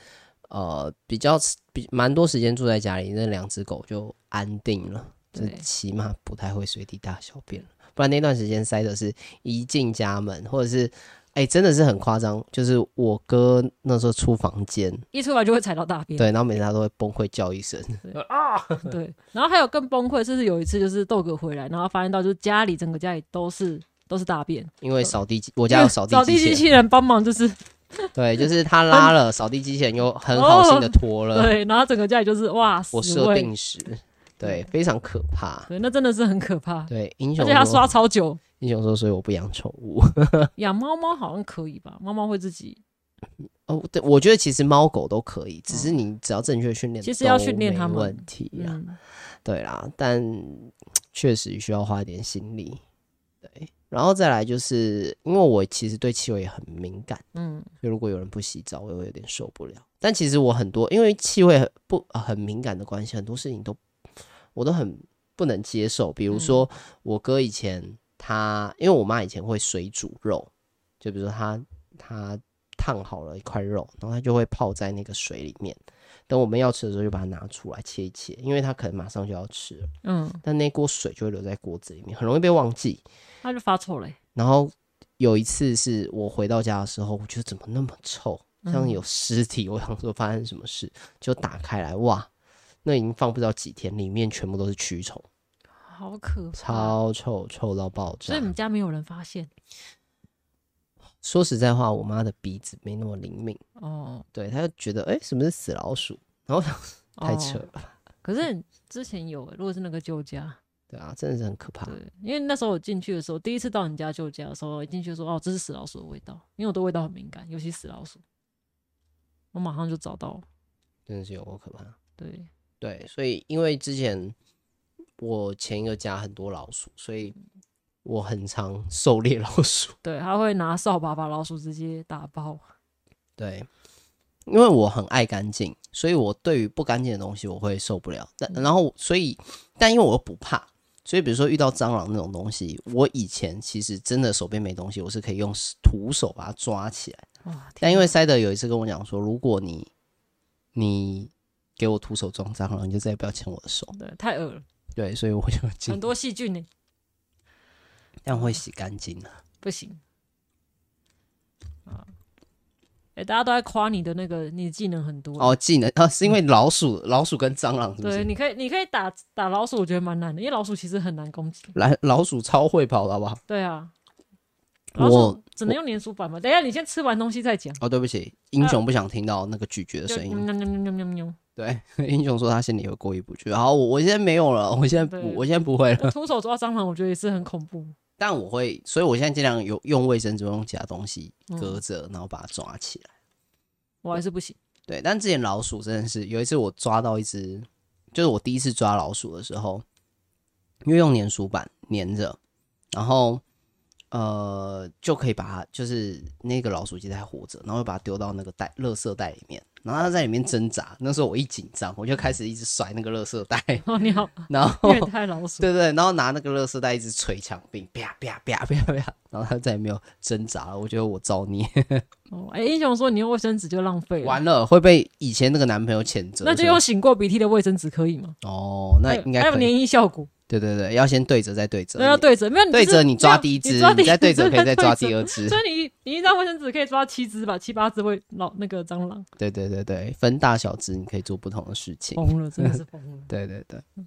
A: 呃比较比蛮多时间住在家里，那两只狗就安定了，就
B: 对
A: 起码不太会随地大小便了。不然那段时间塞的是一进家门，或者是哎、真的是很夸张，就是我哥那时候出房间，
B: 一出来就会踩到大便，
A: 对，然后每次他都会崩溃叫一声，
B: 对然后还有更崩溃，就是有一次就是豆哥回来，然后发现到就是家里整个家里都是都是大便，
A: 因为扫地机我家有扫
B: 哦扫
A: 地
B: 地
A: 机
B: 机
A: 器人，
B: 器人帮
A: [laughs]
B: 忙就是 [laughs]
A: 对，就是他拉了扫地机器人又很好心的拖了，
B: 哦 [laughs] 对，然后整个家里就是哇，
A: 我
B: 死
A: 设
B: 味
A: 定时，对，非常可怕。
B: 对，那真的是很可怕，
A: 对，英
B: 而
A: 雄
B: 且他
A: 说
B: 刷超久。 [laughs]
A: 英雄说，所以我不养宠物。 [laughs]
B: 养猫猫好像可以吧，猫猫会自己，
A: 哦，对，我觉得其实猫狗都可以，只是你只要正确训练，
B: 哦其实要训练它们
A: 问题啊，
B: 嗯，
A: 对啦，但确实需要花一点心力。对，然后再来就是因为我其实对气味也很敏感，
B: 嗯，
A: 所以如果有人不洗澡，我也会有点受不了。但其实我很多因为气味很不、呃很敏感的关系，很多事情都我都很不能接受。比如说、我哥以前他，因为我妈以前会水煮肉，就比如说他他烫好了一块肉，然后他就会泡在那个水里面，等我们要吃的时候就把它拿出来切一切，因为他可能马上就要吃了，
B: 嗯，
A: 但那锅水就会留在锅子里面，很容易被忘记。
B: 它就发臭嘞、
A: 然后有一次是我回到家的时候，我觉得怎么那么臭，像
B: 嗯
A: 有尸体。我想说发生什么事，就打开来，哇，那已经放不到几天，里面全部都是蛆虫，
B: 好可怕。
A: 超臭，臭到爆炸
B: 所以。你们家没有人发现
A: 说实在话，我妈的鼻子没那么灵敏，
B: 哦，
A: 对，她就觉得哎、诶什么是死老鼠？然后想太扯
B: 哦
A: 了，
B: 可是之前有、如果是那个旧家，
A: 对啊，真的是很可怕
B: 对。，因为那时候我进去的时候，第一次到你家旧家的时候，一进去就说哦，这是死老鼠的味道，因为我对味道很敏感，尤其死老鼠，我马上就找到了。
A: 真的是有够可怕。
B: 对，
A: 对，所以因为之前我前一个家很多老鼠，所以
B: 嗯
A: 我很常狩猎老鼠。
B: 对，他会拿扫把把老鼠直接打爆。
A: 对，因为我很爱干净，所以我对于不干净的东西我会受不了。
B: 嗯
A: 但然后所以，但因为我又不怕，所以比如说遇到蟑螂那种东西，我以前其实真的手边没东西，我是可以用手徒手把它抓起来。
B: 哇，
A: 但因
B: 为
A: 为塞德有一次跟我讲说，如果你你给我徒手装蟑螂，你就再也不要牵我的手。
B: 对太恶了，
A: 对，所以我就
B: 很
A: 尽
B: 多细菌呢、
A: 量会洗干净啊。
B: 不行啊！哎、大家都在夸你的那个，你的技能很多。
A: 哦，技能啊，是因为老鼠、老鼠跟蟑螂是不
B: 对，
A: 是？
B: 你可以，你可以打打老鼠，我觉得蛮难的，因为老鼠其实很难攻击。
A: 来，老鼠超会跑的好不好？
B: 对啊，老
A: 我
B: 鼠只能用粘鼠板嘛。等一下，你先吃完东西再讲。
A: 哦，对不起，英雄不想听到那个咀嚼的
B: 嗯就嗯
A: 声音。
B: 喵喵喵喵喵
A: [laughs]
B: 喵，
A: 对，英雄说他心里会过意不去。好，我我现在没有了，我现在不
B: 对，
A: 我现在不会了。
B: 我徒手抓蟑螂，我觉得也是很恐怖。
A: 但我会，所以我现在尽量有用卫生纸，用其他东西
B: 嗯
A: 隔着，然后把它抓起来。
B: 我还是
A: [laughs]
B: 不行。
A: 对，但之前老鼠真的是有一次我抓到一只，就是我第一次抓老鼠的时候，因为用粘鼠板粘着，然后呃就可以把它，就是那个老鼠其实还活着，然后把它丢到那个袋垃圾袋里面，然后它在里面挣扎。那时候我一紧张，我就开始一直甩那个垃圾袋，
B: 哦，你
A: [laughs]
B: 好，
A: 然后
B: 虐待老鼠。
A: 对对，然后拿那个垃圾袋一直捶墙壁，啪啪啪啪啪，然后他再也没有挣扎了。我觉得我造孽， [laughs]
B: 哦，哎、英雄说你用卫生纸就浪费了，
A: 完了会被以前那个男朋友谴责。
B: 那就用醒过鼻涕的卫生纸可以吗？
A: 哦，那
B: 还有
A: 应该
B: 还有
A: 可以。
B: 粘液效果，
A: 对对对，要先对折再对折，
B: 对，要对折，没有你
A: 对
B: 就是
A: 折你抓第一
B: 没
A: 只，
B: 有
A: 你
B: 你
A: 再对折可以再抓第
B: 二。
A: 二只
B: 所。以你你一张卫生纸可以抓七只吧，七八只会老那个蟑螂
A: 对对对对，分大小只，你可以做不同的事情。
B: 疯了，真的是疯了。
A: 对对对，
B: [laughs]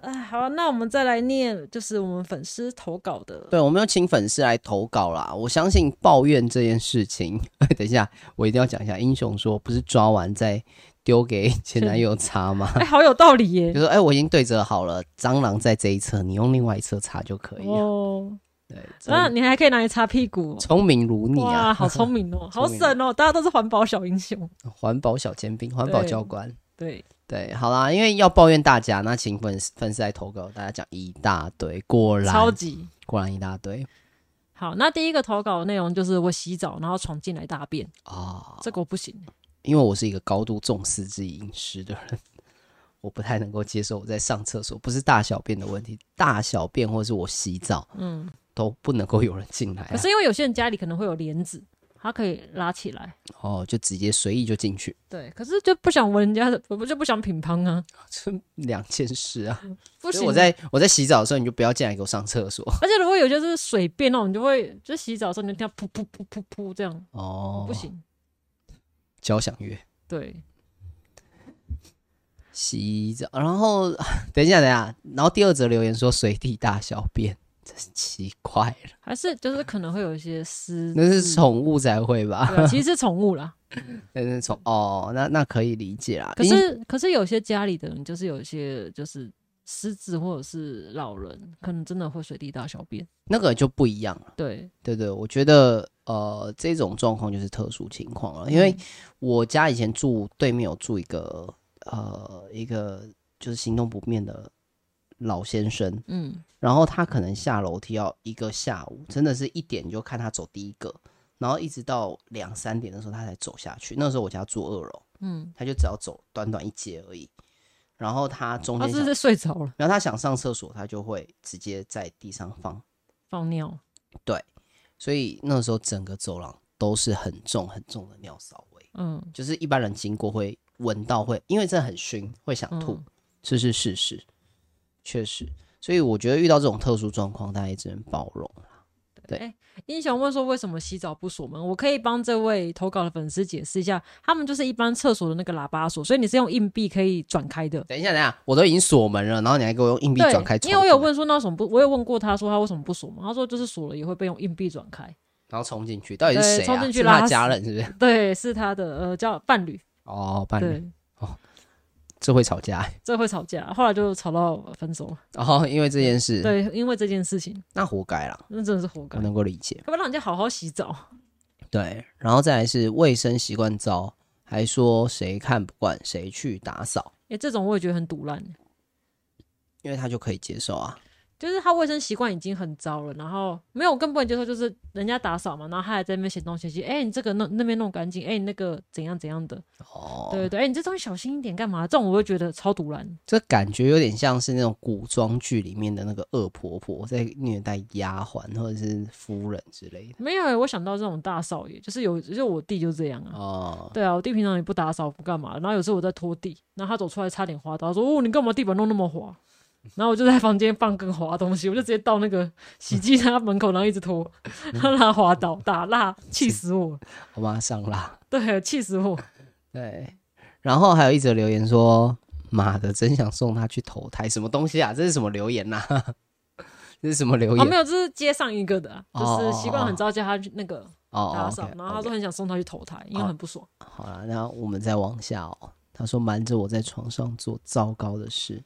B: 哎，好，那我们再来念，就是我们粉丝投稿的
A: 对，我们要请粉丝来投稿啦。我相信抱怨这件事情， [laughs] 等一下我一定要讲一下。英雄说，不是抓完再丢给前男友擦吗？ [laughs]
B: 哎、好有道理耶
A: 就！说：“哎、我已经对折好了，蟑螂在这一侧，你用另外一侧擦就可以了。
B: 哦，
A: 对，
B: 那
A: 真
B: 你还可以拿来擦屁股、
A: 聪明如你
B: 哦，哇，
A: 啊，
B: 好聪明哦，
A: [laughs]
B: 好
A: 聪明啊
B: 省哦，大家都是环保小英雄。
A: 环保小尖兵，环保
B: 对
A: 教官。
B: 对，
A: 对，好啦，因为要抱怨大家，那请粉丝粉丝来投稿，大家讲一大堆，果然
B: 超级
A: 果然一大堆。
B: 好，那第一个投稿的内容就是我洗澡然后闯进来大便，
A: 啊、
B: 这个我不行。
A: 因为我是一个高度重视自己饮食的人，我不太能够接受我在上厕所，不是大小便的问题，大小便或是我洗澡
B: 嗯，
A: 都不能够有人进来啊、
B: 可是因为有些人家里可能会有帘子，它可以拉起来。
A: 哦，就直接随意就进去，
B: 对，可是就不想闻人家的，我不就不想品乓啊，
A: 这 [laughs] 两件事啊。
B: 不
A: 所
B: 行
A: 以。我在我在洗澡的时候，你就不要进来给我上厕所
B: [laughs] 而且如果有些是水便那种，你就会就洗澡的时候你就听到噗噗噗噗噗这样，
A: 哦。
B: 不，行。
A: 交响乐。
B: 对，
A: 洗澡，然后 [laughs] 等一下，等一下，然后第二则留言说随地大小便， [laughs] 这是奇怪了，
B: 还是就是可能会有一些湿，
A: 那是宠物才会吧？
B: 对啊，其实是宠物
A: [laughs]
B: 啦。
A: 那是宠哦，那那可以理解啦。
B: 可
A: 因
B: 是可是有些家里的人就是有一些就是狮子或者是老人，可能真的会随地大小便。
A: 那个就不一样了，
B: 对，
A: 对对，我觉得呃这种状况就是特殊情况了，因为
B: 嗯
A: 我家以前住对面有住一个呃一个就是行动不便的老先生，
B: 嗯
A: 然后他可能下楼梯要一个下午，真的是一点就看他走第一个，然后一直到两三点的时候他才走下去。那时候我家住二楼，
B: 嗯，
A: 他就只要走短短一阶而已。然后他中
B: 他
A: 间
B: 哦是
A: 想
B: 不，是睡着了
A: 然后他想上厕所，他就会直接在地上放，
B: 放尿？
A: 所以那时候整个走廊都是很重很重的尿骚味，
B: 嗯
A: 就是一般人经过会闻到会，因为真的很熏，会想吐。
B: 嗯，
A: 这是事实，确实。所以我觉得遇到这种特殊状况，大家也只能包容。
B: 哎英雄问说为什么洗澡不锁门？我可以帮这位投稿的粉丝解释一下，他们就是一般厕所的那个喇叭锁，所以你是用硬币可以转开的。
A: 等一下，等一下，我都已经锁门了，然后你还给我用硬币转开
B: 对，
A: 窗
B: 因为我有
A: 户，
B: 问说那为什么不，我有问过他说他为什么不锁门，他说就是锁了也会被用硬币转开。
A: 然后冲进去，到底是谁、啊？
B: 对冲进去
A: 是他
B: 拉
A: 的
B: 屎
A: 家人是不是？
B: 对，是他的呃叫伴侣，
A: 哦，伴侣，
B: 对，
A: 这会吵架 [laughs]
B: 这会吵架，后来就吵到分手了。
A: 哦，因为这件事，
B: 对，因为这件事情，
A: 那活该啦，
B: 那真的是活该
A: 我，能够理解。
B: 要不然让人家好好洗澡。
A: 对，然后再来是卫生习惯糟，还说谁看不惯谁去打扫，
B: 哎、这种我也觉得很堵烂，
A: 因为他就可以接受啊。
B: 就是他卫生习惯已经很糟了，然后没有我更不能接受，就是人家打扫嘛，然后他还在那边嫌东嫌西，哎、你这个弄那边弄干净，哎、你那个怎样怎样的，
A: 哦，
B: 对对对，哎、你这东西小心一点干嘛？这种我会觉得超堵烂。
A: 这感觉有点像是那种古装剧里面的那个恶婆婆在虐待丫鬟或者是夫人之类的。
B: 没有、欸，我想到这种大少爷，就是有，就我弟就这样啊。
A: 哦，
B: 对啊，我弟平常也不打扫不干嘛，然后有时候我在拖地，然后他走出来差点滑倒，他说：“哦，你干嘛地板弄那么滑？”然后我就在房间放更滑的东西，我就直接到那个洗剂他门口，然后一直拖，让他滑倒打蜡，气死我！
A: 我马上啦。
B: 对，气死我！
A: 对，然后还有一则留言说：“妈的，真想送他去投胎，什么东西啊？这是什么留言呐、 [laughs] 这是什么留
B: 哦，
A: 言？
B: 没有，这是街上一个的啊、
A: 哦
B: 就是习惯很糟，叫他去那个
A: 哦，
B: 打
A: 哦
B: 扫
A: OK，
B: 然后他
A: OK
B: 说很想送他去投胎，因为
A: 哦
B: 很不爽。
A: 好了，那我们再往下哦。”他说：“瞒着我在床上做糟糕的事。”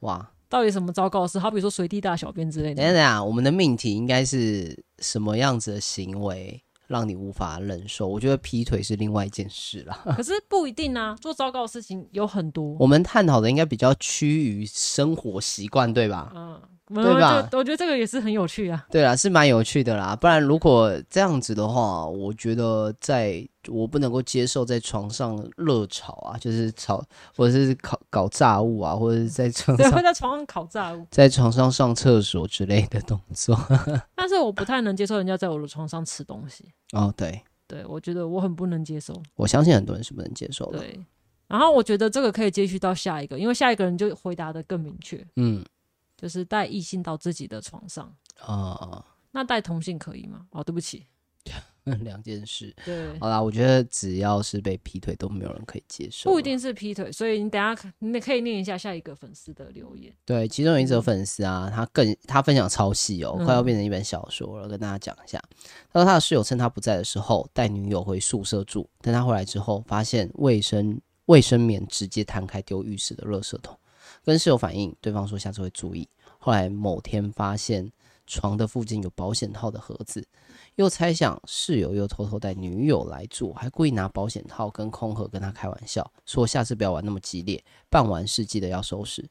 A: 哇，
B: 到底什么糟糕的事？好比说随地大小便之类
A: 等一下
B: 的。
A: 等一下，我们的命题应该是什么样子的行为让你无法忍受？我觉得劈腿是另外一件事啦。
B: 可是不一定啊，做糟糕的事情有很多。
A: 我们探讨的应该比较趋于生活习惯，对吧？
B: 嗯，
A: 啊对吧
B: 就我觉得这个也是很有
A: [laughs]
B: 趣啊。
A: 对啦，是蛮有趣的啦。不然如果这样子的话，我觉得在我不能够接受在床上热吵啊，就是吵或者是搞搞炸物啊，或者是在床
B: 对，会 [laughs]
A: 上
B: 在床上烤炸物，
A: 在床上上厕所之类的动作。 [laughs]
B: 但是我不太能接受人家在我的床上吃东西。
A: 哦，对，
B: 对，我觉得我很不能接受。
A: 我相信很多人是不能接受的。
B: 对，然后我觉得这个可以接续到下一个，因为下一个人就回答的更明确，
A: 嗯
B: 就是带异性到自己的床上，
A: 啊，
B: 那带同性可以吗？哦，对不起，
A: 哦两件事。
B: 对，
A: 好啦，我觉得只要是被劈腿，都没有人可以接受。
B: 不一。定是劈腿，所以你等一下你可以念一下下一个粉丝的留言。
A: 对，其中有一则粉丝啊，他更他分享超细哦，
B: 嗯
A: 快要变成一本小说了，跟大家讲一下。他说他的室友趁他不在的时候带女友回宿舍住，但他回来之后发现卫生卫生棉直接摊开丢浴室的垃圾桶，跟室友反映，对方说下次会注意。后来某天发现床的附近有保险套的盒子，又猜想室友又偷偷带女友来住，还故意拿保险套跟空盒跟他开玩笑，说下次不要玩那么激烈，办完事记得要收拾。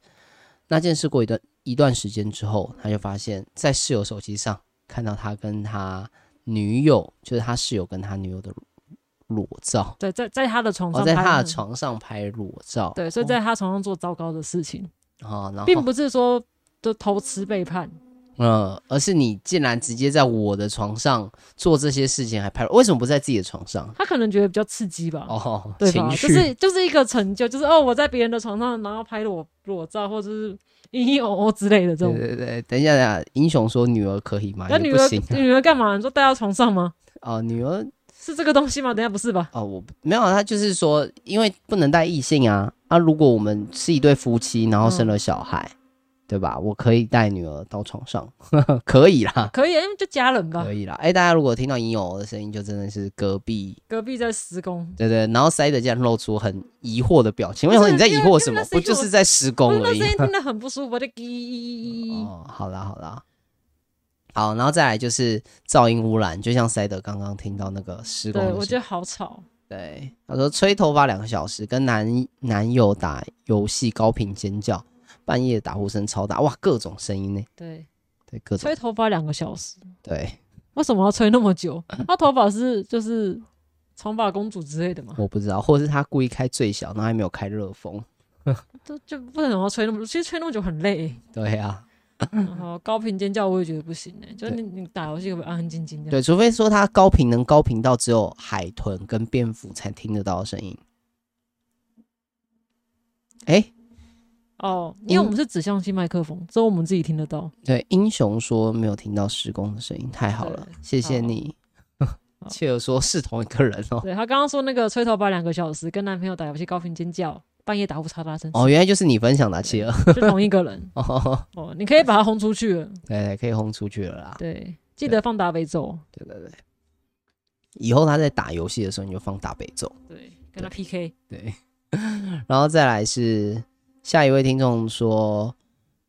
A: 那件事过一段一段时间之后，他就发现，在室友手机上看到他跟他女友，就是他室友跟他女友的裸照，
B: 对，在在他的床
A: 哦，
B: 上，
A: 在他的，床上拍裸照，
B: 对，所以在他床上做糟糕的事情，
A: 哦，然后
B: 并不是说就偷吃背叛，
A: 嗯，而是你竟然直接在我的床上做这些事情，还拍，为什么不在自己的床上？
B: 他可能觉得比较刺激吧，
A: 哦，
B: 对
A: 情
B: 吧？就
A: 绪、
B: 是就是一个成就，就是哦，我在别人的床上，然后拍裸裸照，或者是嘤嘤哦哦之类的这
A: 对
B: 种。
A: 对对，等一下，等一下，英雄说女儿可以吗？
B: 那
A: 也
B: 女
A: 不
B: 儿
A: 行啊、
B: 女儿干嘛？你说带到床上吗？
A: [laughs] 哦，女儿
B: 是这个东西吗？等一下不是吧？
A: 哦，我不没有啊，他就是说，因为不能带异性啊啊，如果我们是一对夫妻，然后生
B: 嗯
A: 了小孩，对吧？我可以带女儿到床上， [laughs] 可以
B: [laughs]
A: 啦，
B: 可以，因嗯为就家人吧
A: 可。以啦。哎、大家如果听到影友的声音，就真的是隔壁，
B: 隔壁在施工，
A: 对对，然后塞德这样露出很疑惑的表情。
B: 不
A: 为
B: 是
A: 什么你在疑惑什
B: 因为
A: 么
B: 因为那？是
A: 不
B: 一个
A: 就是在施工
B: 不是那
A: 而已
B: 声？音听得很不舒服，就滴。
A: 哦，好啦好啦，好，然后再来就是噪音污染，就像塞德刚刚听到那个施工的
B: 对，
A: 声音，
B: 我觉得好吵。
A: 对，他说吹头发两个小时，跟男男友打游戏高频尖叫，半夜打呼声超大，哇，各种声音呢，
B: 对，
A: 对，各种
B: 吹头发两个小时，
A: 对，
B: 为什么要吹那
A: [laughs]
B: 么久？他头发是就是长发公主之类的嘛？
A: 我不知道，或者是他故意开最小，然后还没有开热风，
B: 就就不能要吹那么久，其实吹那么久很累、欸
A: 对啊，
B: 然后高频尖叫我也觉得不行哎、就是你你打游戏可不可以安安静静的？
A: 对，除非说他高频能高频到只有海豚跟蝙蝠才听得到的声音。哎，
B: 哦，因为我们是指向性麦克风，只有我们自己听得到。
A: 对，英雄说没有听到施工的声音，太好了
B: 对，
A: 谢谢
B: 好
A: 你。 [laughs]
B: 好
A: 切尔说是同一个人
B: [laughs]
A: 哦。
B: 对他刚刚说那个吹头发两个小时，跟男朋友打游戏高频尖叫，半夜打呼超大声，
A: 哦，原来就是你分享的啊切尔。
B: 是同一个人
A: [laughs] 哦，
B: 哦。你可以把他轰出去了。
A: 对哎对，可以轰出去了啦。
B: 对，记得放打北走，
A: 对对对，以后他在打游戏的时候，你就放大悲咒。
B: 对，跟他 PK。
A: 对， [laughs] 然后再来是下一位听众说，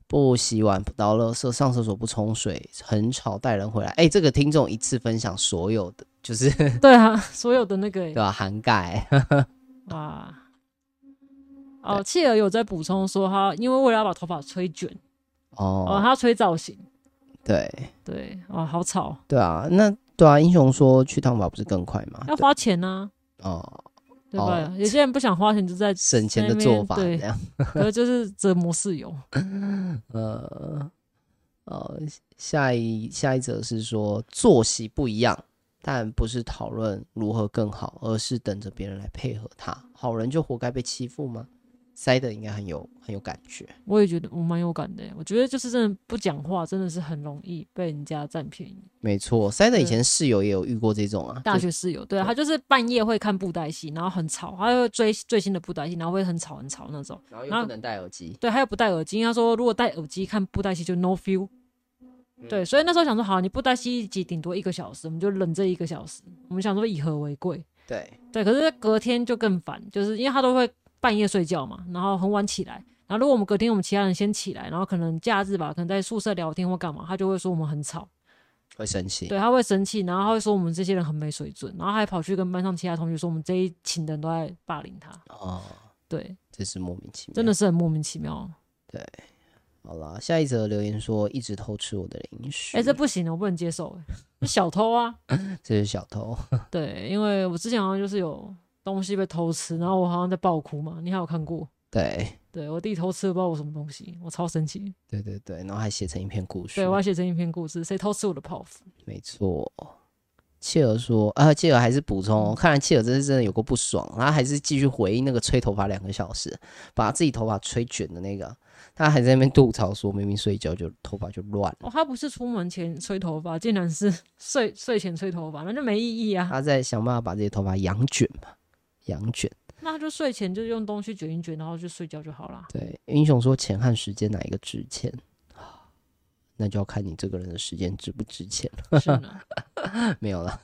A: 不洗碗、不倒垃圾、上厕所不冲水，很吵，带人回来。哎，这个听众一次分享所有的，就是
B: [laughs]
A: 对
B: 对啊，所有的那个欸
A: 吧、涵盖
B: 哇。哦，契儿有在补充说他，因为为了要把头发吹卷，哦，
A: 哦，
B: 他要吹造型，
A: 对
B: 对，哦，好吵，
A: 对啊，那对啊，英雄说去烫发不是更快吗？
B: 要
A: 对
B: 花钱啊呢、
A: 哦，
B: 对吧？
A: 哦
B: 有些人不想花钱，就在
A: 省钱的
B: 在那边
A: 做法这 [laughs]
B: 对，
A: 样。
B: 可是就是折磨室友。
A: 呃，呃，下一下一则是说作息不一样，但不是讨论如何更好，而是等着别人来配合他。好人就活该被欺负吗？塞的应该很有很有感觉，
B: 我也觉得我蛮有感的欸，我觉得就是真的不讲话，真的是很容易被人家占便宜。
A: 没错。塞的以
B: 对
A: 前室友也有遇过这种啊，
B: 大
A: 就
B: 学室友，对啊他就是半夜会看布袋戏，然后很吵，他会追最新的布袋戏，然后会很吵很吵那种。
A: 然后
B: 然
A: 又
B: 后
A: 不能戴耳机，
B: 对，还有不戴耳机，他说如果戴耳机看布袋戏就 no feel。对，
A: 嗯
B: 所以那时候想说，好，你布袋戏一集顶多一个小时，我们就忍这一个小时。我们想说以和为贵，
A: 啊对，
B: 对。可是隔天就更烦，就是因为他都会半夜睡觉嘛，然后很晚起来。然后如果我们隔天我们其他人先起来，然后可能假日吧，可能在宿舍聊天或干嘛，他就会说我们很吵，
A: 会生气。
B: 对，他会生气，然后他会说我们这些人很没水准，然后还跑去跟班上其他同学说我们这一群人都在霸凌他，
A: 哦，
B: 对，
A: 这是莫名其妙，
B: 真的是很莫名其妙。
A: 好啦，下一则留言说一直偷吃我的零食，
B: 哎、这不行，我不能接受、欸，这小偷啊！
A: 这是小偷。
B: 对，因为我之前好像就是有东西被偷吃，然后我好像在爆哭嘛，你还有看过？
A: 对
B: 对我弟偷吃了不知道我什么东西，我超生气。
A: 对对对，然后还写成一篇故事。
B: 对我要写成一篇故事，谁偷吃我的泡芙？
A: 没错，切尔说，啊，切尔还是补充、哦，看来切尔真是真的有过不爽，他还是继续回应那个吹头发两个小时，把自己头发吹卷的那个，他还在那边吐槽说，明明睡觉就头发就乱，
B: 哦，他不是出门前吹头发，竟然是睡睡前吹头发，那就没意义啊。
A: 他在想办法把自己头发养卷嘛，养卷。
B: 那他就睡前就用东西卷一卷，然后就睡觉就
A: [laughs]
B: 好啦。
A: 对，英雄说钱和时间哪一个值钱？那就要看你这个人的时间值不值钱了。
B: 是呢，
A: 没有了。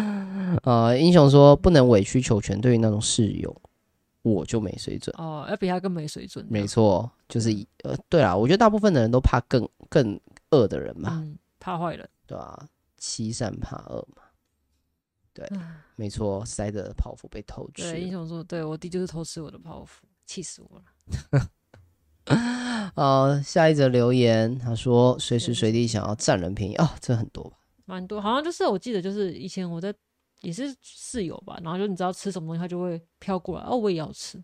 A: [laughs] 呃，英雄说不能委曲求全，对于那种室友，我就没水准。
B: 哦，要比他更没水准。啊
A: 没，错，就是以呃，对啦，我觉得大部分的人都怕更更恶的人嘛，
B: 嗯，怕坏人。
A: 对吧、欺善怕恶嘛，对，没错，塞德的泡芙被偷
B: 嗯对，英
A: 吃，
B: 雄说，对我弟就是偷吃我的泡芙，气死我了。
A: 呃，下一则留言，他说
B: 嗯
A: 随时随地想要占人便宜哦，这很多吧？
B: 蛮多，好像就是我记得就是以前我在也是室友吧，然后就你知道吃什么东西，他就会飘过来，哦，我也要吃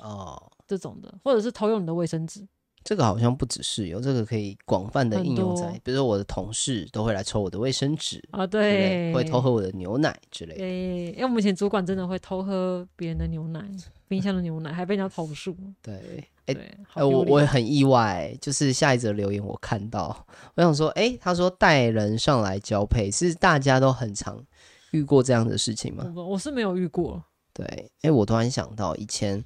A: 哦，
B: 这种的，或者是偷用你的卫生纸，
A: 这个好像不只是有，这个可以广泛的应用在
B: 很多，
A: 比如说我的同事都会来抽我的卫生纸，对
B: 啊，
A: 不对，
B: 对，
A: 会偷喝我的牛奶之类的。
B: 对，因为我们以前主管真的会偷喝别人的牛奶，冰箱的牛奶，还被人家投诉。
A: 对，哎、
B: 对，好
A: 哎，我
B: 丢
A: 我
B: 脸
A: 也很意外，就是下一则留言我看到，我想说，哎、他说带人上来交配，是大家都很常遇过这样的事情吗？
B: 我我是没有遇过，
A: 对，哎、我突然想到以前，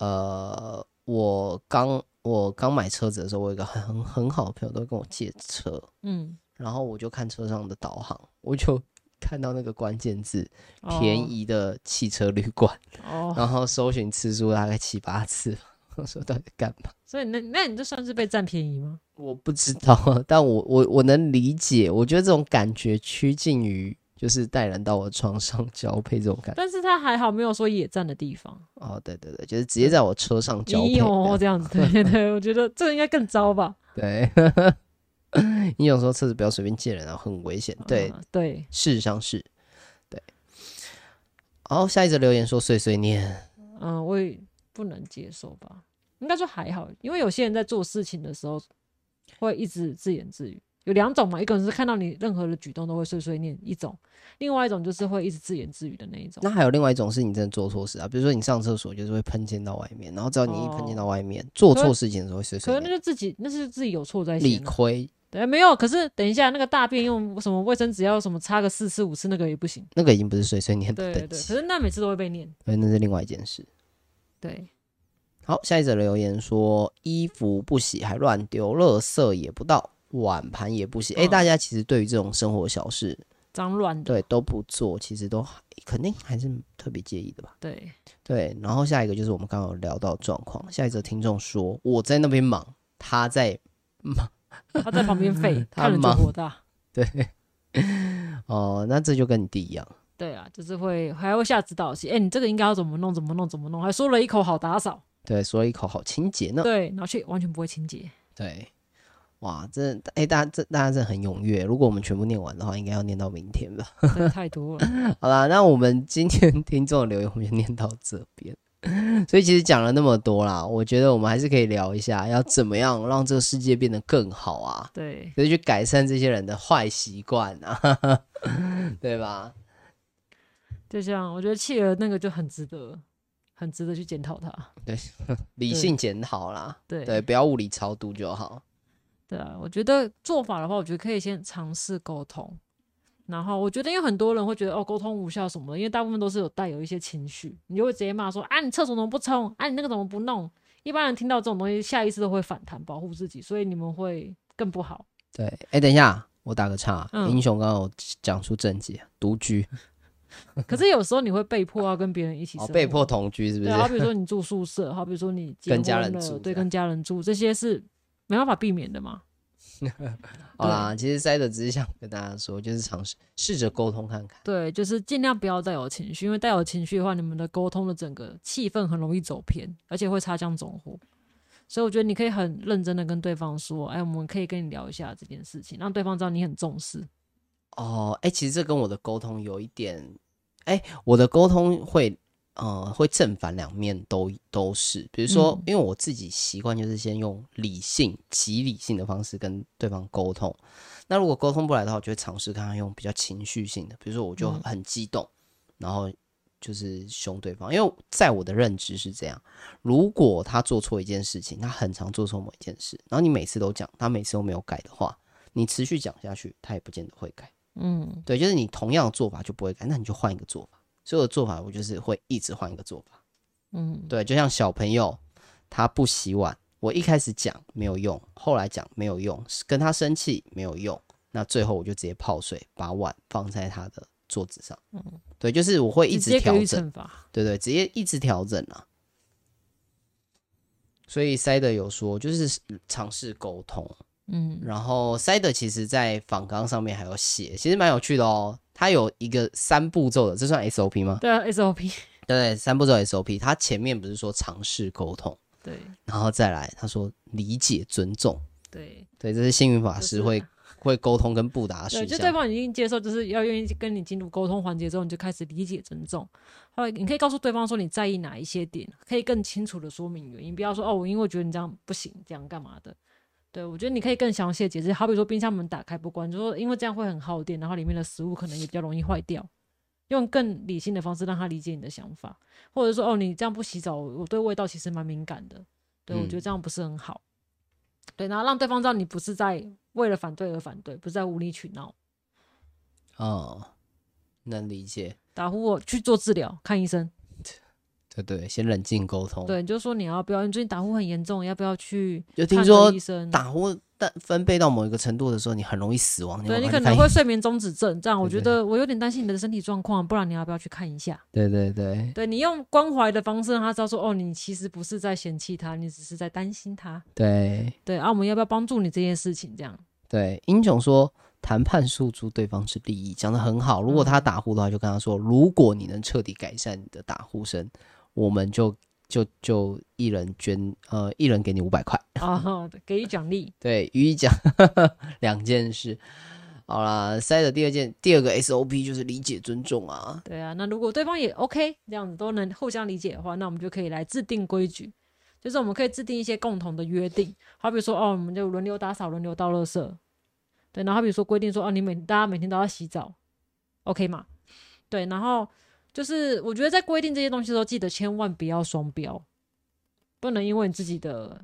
A: 呃，我刚我刚买车子的时候，我有一个很很很好的朋友都会跟我借车，
B: 嗯，
A: 然后我就看车上的导航，我就看到那个关键字“
B: 哦
A: 便宜的汽车旅馆”，
B: 哦，
A: 然后搜寻次数大概七八次， [laughs] 我说到底干嘛？
B: 所以那那你这算是被占便宜吗？
A: 我不知道 [laughs] 啊，但我我我能理解，我觉得这种感觉趋近于就是带人到我床上 [laughs] 交配这种感觉。
B: 但是他还好没有说野战的地方，
A: 哦，对对对，就是直接在我车上交配
B: 咦
A: 这
B: 哦
A: 样。
B: 这样子，对对，我觉得这个应该更糟吧？
A: 对， [laughs] 你有时候车子不要随便借人啊，很危险。对，
B: 啊对，
A: 事实上是，对。好，下一则留言说碎碎念。
B: 嗯，我也不能接受吧，应该说还好，因为有些人在做事情的时候会一直自言自语，有两种嘛，一个人是看到你任何的举动都会碎碎念一种，另外一种就是会一直自言自语的那一种
A: 那。还有另外一种是你真的做错事啊，比如说你上厕所就是会喷溅到外面，然后只要你一喷溅到外面，做错事情的时候会碎
B: 哦可
A: 碎
B: 能那
A: 念，
B: 就自己，那是自己有错在
A: 理
B: 先啊、
A: 亏
B: 对，没有。可是等一下，那个大便用什么卫生纸要什么擦个四次五次，那个也不行。
A: 那个已经不是碎碎念
B: 对
A: 的
B: 对
A: 等
B: 对，
A: 级
B: 可，是那每次都会被念。
A: 所以那是另外一件事。
B: 对，
A: 好，下一则留言说衣服不洗还乱丢，垃圾也不倒，碗盘也不洗。哎、
B: 嗯
A: 大家其实对于这种生活小事
B: 脏乱的。
A: 对都不做，其实都还肯定还是特别介意的吧？ [laughs]
B: 对，
A: 对，然后下一个就是我们刚刚有聊到状况，下一则听众说我在那边忙，他在
B: 他在旁边吠，
A: 他
B: 看了就
A: 忙
B: 火大。
A: 对， [laughs] 哦、那这就跟你弟一样，
B: 对啊，就是会还会下指导棋，哎、你这个应该要怎么弄，怎么弄，怎么弄，还说了一口好打扫，
A: 对，说一口好清洁呢，
B: 对，然后却完全不会清洁，
A: 对。哇，这哎、大家这大家真的很踊跃。如果我们全部念完的话，应该要念到明天吧。
B: 真的太多了。
A: 好啦，那我们今天听众的留言我们就念到这边。 [laughs] 所以其实讲了那么多啦，我觉得我们还是可以聊一下，要怎么样让这个世界变得更好啊，
B: 对，
A: 就是去改善这些人的坏习惯啊， [laughs] 对吧？
B: 就像我觉得企鹅那个就很值得，很值得去检讨它。
A: 理性检讨啦，
B: 对
A: 对，不要物理超度就好。
B: 对啊，我觉得做法的话，我觉得可以先尝试沟通。然后我觉得，因为很多人会觉得哦，沟通无效什么的，因为大部分都是有带有一些情绪，你就会直接骂说啊，你厕所怎么不冲？啊，你那个怎么不弄？一般人听到这种东西，下意识都会反弹，保护自己，所以你们会更不好。
A: 对，哎、等一下，我打个岔，
B: 嗯
A: 英雄刚刚有讲出症结，独居，
B: 可是有时候你会被迫要跟别人一起生
A: 哦，
B: 活，
A: 被迫同居是不
B: 对
A: 是？
B: 啊，好比如说你住宿舍，好比如说你结
A: 跟家
B: 婚
A: 人
B: 了
A: 住
B: 对，
A: 这样
B: 跟家人住，这些是没办法避免的嘛。
A: [laughs] 好啦，其实塞德只是想跟大家说，就是尝试试着沟通看看。
B: 对，就是尽量不要带有情绪，因为带有情绪的话，你们的沟通的整个气氛很容易走偏，而且会擦枪走火。所以我觉得你可以很认真的跟对方说，哎，我们可以跟你聊一下这件事情，让对方知道你很重视。
A: 哦，哎、其实这跟我的沟通有一点，哎、我的沟通会，呃，会正反两面都都是。比如说，
B: 嗯
A: 因为我自己习惯就是先用理性、极理性的方式跟对方沟通。那如果沟通不来的话，我就会尝试看看用比较情绪性的，比如说我就
B: 嗯
A: 很激动，然后就是凶对方。因为在我的认知是这样，如果他做错一件事情，他很常做错某一件事，然后你每次都讲，他每次都没有改的话，你持续讲下去，他也不见得会改。
B: 嗯，
A: 对，就是你同样的做法就不会改，那你就换一个做法。所以我的做法，我就是会一直换一个做法。
B: 嗯，
A: 对，就像小朋友他不洗碗，我一开始讲没有用，后来讲没有用，跟他生气没有用，那最后我就直接泡水，把碗放在他的桌子上。对，就是我会一
B: 嗯直
A: 直
B: 接给
A: 调
B: 予
A: 整，
B: 惩罚。
A: 对对，直接一直调整啊。所以塞德有说，就是尝试沟通，
B: 嗯，
A: 然后塞德其实在访纲上面还有写，其实蛮有趣的哦。它有一个三步骤的，这算 SOP 吗？
B: 对啊，SOP，
A: 对，三步骤 SOP。它前面不是说尝试沟通，
B: 对
A: 然后再来，他说理解、尊重，
B: 对，
A: 对，这是星云法
B: 就
A: 师
B: 是啊
A: 会、会沟通跟布达的
B: 对，
A: 事
B: 就对
A: 项。
B: 方已经接受，就是要愿意跟你进入沟通环节之后，你就开始理解、尊重。后来你可以告诉对方说你在意哪一些点，可以更清楚的说明原因，不要说哦，我因为觉得你这样不行，这样干嘛的。对，我觉得你可以更详细的解释，好比说冰箱门打开不关，就说因为这样会很耗电，然后里面的食物可能也比较容易坏掉。用更理性的方式让他理解你的想法，或者说哦，你这样不洗澡，我对味道其实蛮敏感的，对我
A: 嗯
B: 觉得这样不是很好。对，然后让对方知道你不是在为了反对而反对，不是在无理取闹。
A: 哦，能理解，
B: 打呼我去做治疗，看医生。
A: 对对，先冷静沟通。，
B: 对，你就说你要不要？你最近打呼很严重，要不要去
A: 就听
B: 看
A: 说
B: 个医生？
A: 打呼但分贝到某一个程度的时候，你很容易死亡。
B: 对
A: 要
B: 你
A: 赶快
B: 可
A: 去
B: 能
A: 看
B: 会
A: 医
B: 睡眠中止症，这样我
A: 对
B: 觉得我有点担心你的身体状况，不然你要不要去看一下？
A: 对对对
B: 对你用关怀的方式让他知道说，哦，你其实不是在嫌弃他，你只是在担心他。
A: 对
B: 对，啊，我们要不要帮助你这件事情？这样，
A: 对，英雄说谈判诉诸对方是利益，讲的很好。如
B: 嗯
A: 果他打呼的话，就跟他说，如果你能彻底改善你的打呼声，我们就就就一人捐呃一人给你五百块。
B: 啊，给予奖励。
A: 对，予以讲 [laughs] 两件事。好啦，塞的第二件第二个 SOP 就是理解尊重啊。
B: 对啊，那如果对方也 OK，这样子都能互相理解的话，那我们就可以来制定规矩，就是我们可以制定一些共同的约定，好比说哦，我们就轮流打扫，轮流倒垃圾，对，然后好比说规定说哦，你每大家每天都要洗澡，OK 嘛？对，然后就是我觉得在规定这些东西的时候，记得千万不要双标，不能因为你自己的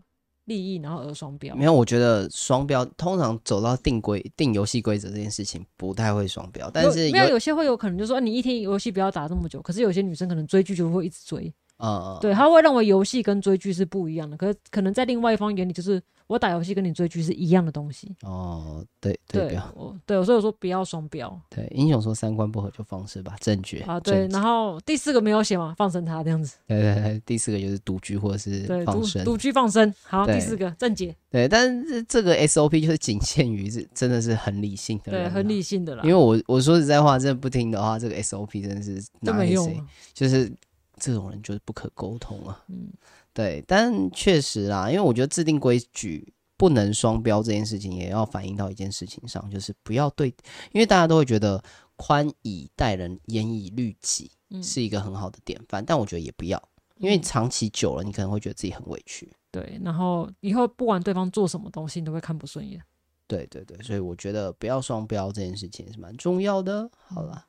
B: 利益然后而双标
A: 没。有，我觉得双标通常走到定规定游戏规则这件事情不太会双标，但是
B: 有
A: 有
B: 没有有些会有可能就说、啊、你一天游戏不要打这么久，可是有些女生可能追剧就会一直追，
A: 呃
B: 对，他会认为游戏跟追剧是不一样的，可是可能在另外一方眼里，就是我打游戏跟你追剧是一样的东西。
A: 哦对对
B: 对
A: 标，
B: 我对，所以我说不要双标
A: 对英雄说三观不合就放肆吧，正觉
B: 啊。对，
A: 正
B: 然后第四个没有写嘛，放生他这样子。
A: 对对对，第四个就是独居或者是
B: 对，
A: 放
B: 独
A: 生，
B: 独居放生。好，
A: 对
B: 第四个正解，
A: 对，但是这个 SOP 就是仅限于是真的是很理性的人
B: 对，
A: 啊，
B: 很理性的啦
A: 因，为我我说实在话，真的不听的话，这个 SOP 真的是
B: 都
A: 拿
B: 没
A: 给
B: 用
A: 谁
B: 啊。
A: 就是这种人就是不可沟通啊。
B: 嗯，
A: 对，但确实啦，因为我觉得制定规矩不能双标这件事情，也要反映到一件事情上，就是不要对，因为大家都会觉得宽以待人，严以律己
B: 嗯
A: 是一个很好的典范，但我觉得也不要，因为
B: 嗯
A: 长期久了，你可能会觉得自己很委屈。
B: 对。然后以后不管对方做什么东西，你都会看不顺眼。
A: 对对对，所以我觉得不要双标这件事情也是蛮重要的。好啦，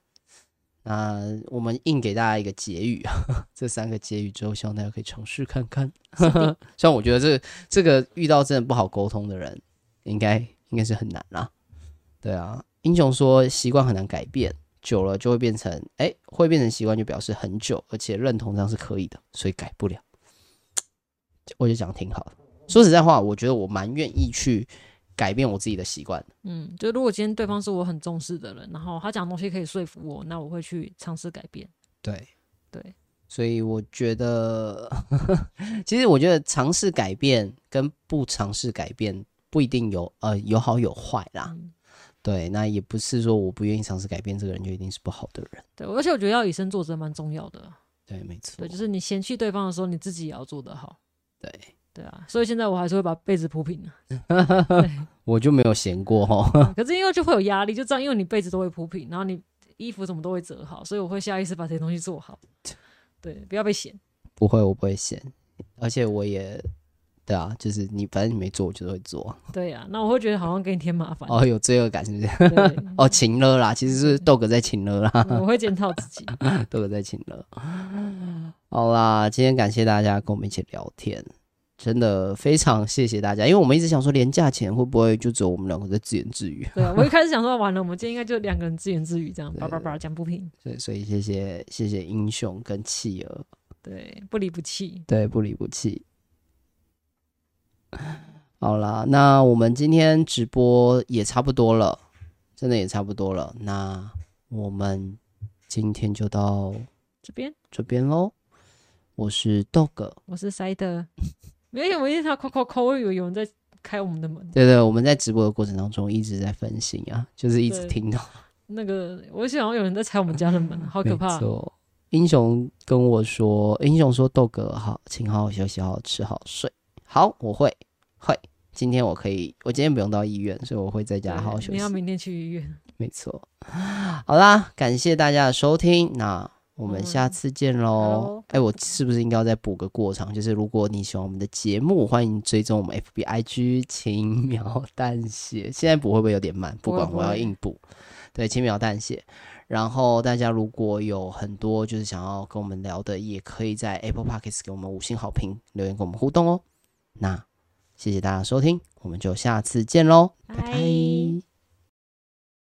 A: 那我们硬给大家一个结语 [laughs] 啊，这三个结语之后，希望大家可以尝试看看。 [laughs] 虽然我觉得这这个遇到真的不好沟通的人，应该应该是很难啦。对啊，英雄说习惯很难改变，久了就会变成哎，会变成习惯，就表示很久，而且认同这样是可以的，所以改不了。我觉得讲得挺好的。说实在话，我觉得我蛮愿意去改变我自己的习惯的。
B: 嗯，就如果今天对方是我很重视的人，然后他讲的东西可以说服我，那我会去尝试改变。
A: 对
B: 对，
A: 所以我觉得， [laughs] 其实我觉得尝试改变跟不尝试改变不一定有呃有好有坏啦。
B: 嗯
A: 对，那也不是说我不愿意尝试改变，这个人就一定是不好的人。
B: 对，而且我觉得要以身作则蛮重要的。
A: 对，没错
B: 对，就。是你嫌弃对方的时候，你自己也要做得好。
A: 对，
B: 对啊，所以现在我还是会把被子铺平的、
A: 我就没有闲过哈。
B: 可是因为就会有压力，就这样，因为你被子都会铺平，然后你衣服什么都会折好，所以我会下意识把这些东西做好。对，不要被嫌。
A: [laughs] 不会，我不会闲，而且我也。对啊，就是你，反正你没做，我就会做。
B: 对啊，那我会觉得好像给你添麻烦。
A: 哦，有罪恶感是不是？ [laughs]
B: 对，嗯
A: 哦，情了啦，其实是豆哥在情了啦。
B: 我会检讨自己。
A: 都有在请了。 [laughs] 好啦，今天感谢大家跟我们一起聊天，真的非常谢谢大家，因为我们一直想说廉价钱会不会就只有我们两个在自言自语，
B: 对啊，我一开始想说，完了，我们今天应该就两个人自言自语这样，叭叭叭讲不平，
A: 所以所以谢谢谢谢英雄跟企鹅，
B: 对，不离不弃。
A: 对，不离不弃。好啦，那我们今天直播也差不多了，真的也差不多了，那我们今天就到
B: 这边
A: 这边喽。我是 dog，
B: 我是塞的，没有，我一直他扣扣扣，我以为有人在开我们的门。
A: 对对，我们在直播的过程当中一直在分心啊，就是一直
B: 对
A: 听到，
B: 那个，我想要有人在踩我们家的门，好
A: 好
B: 可怕。
A: 没错，英雄跟我说，英雄说豆哥好，请好好休息，好好吃，好好睡。好，我会会。今天我可以，我今天不用到医院，所以我会在家好好休
B: 你
A: 息
B: 要。明天去医院，
A: 没错。好啦，感谢大家的收听，那我们
B: 嗯
A: 下次见喽
B: 好。
A: 哎、我是不是应该再补个过场？就是如果你喜欢我们的节目，欢迎追踪我们 FBIG 轻描淡写。现在补会不会有点慢？不
B: 不会
A: 管，
B: 不
A: 我要
B: 会
A: 硬补。对，轻描淡写。然后大家如果有很多就是想要跟我们聊的，也可以在 Apple Podcast 给我们五星好评，留言跟我们互动哦。那谢谢大家的收听，我们就下次见喽，拜拜
B: 拜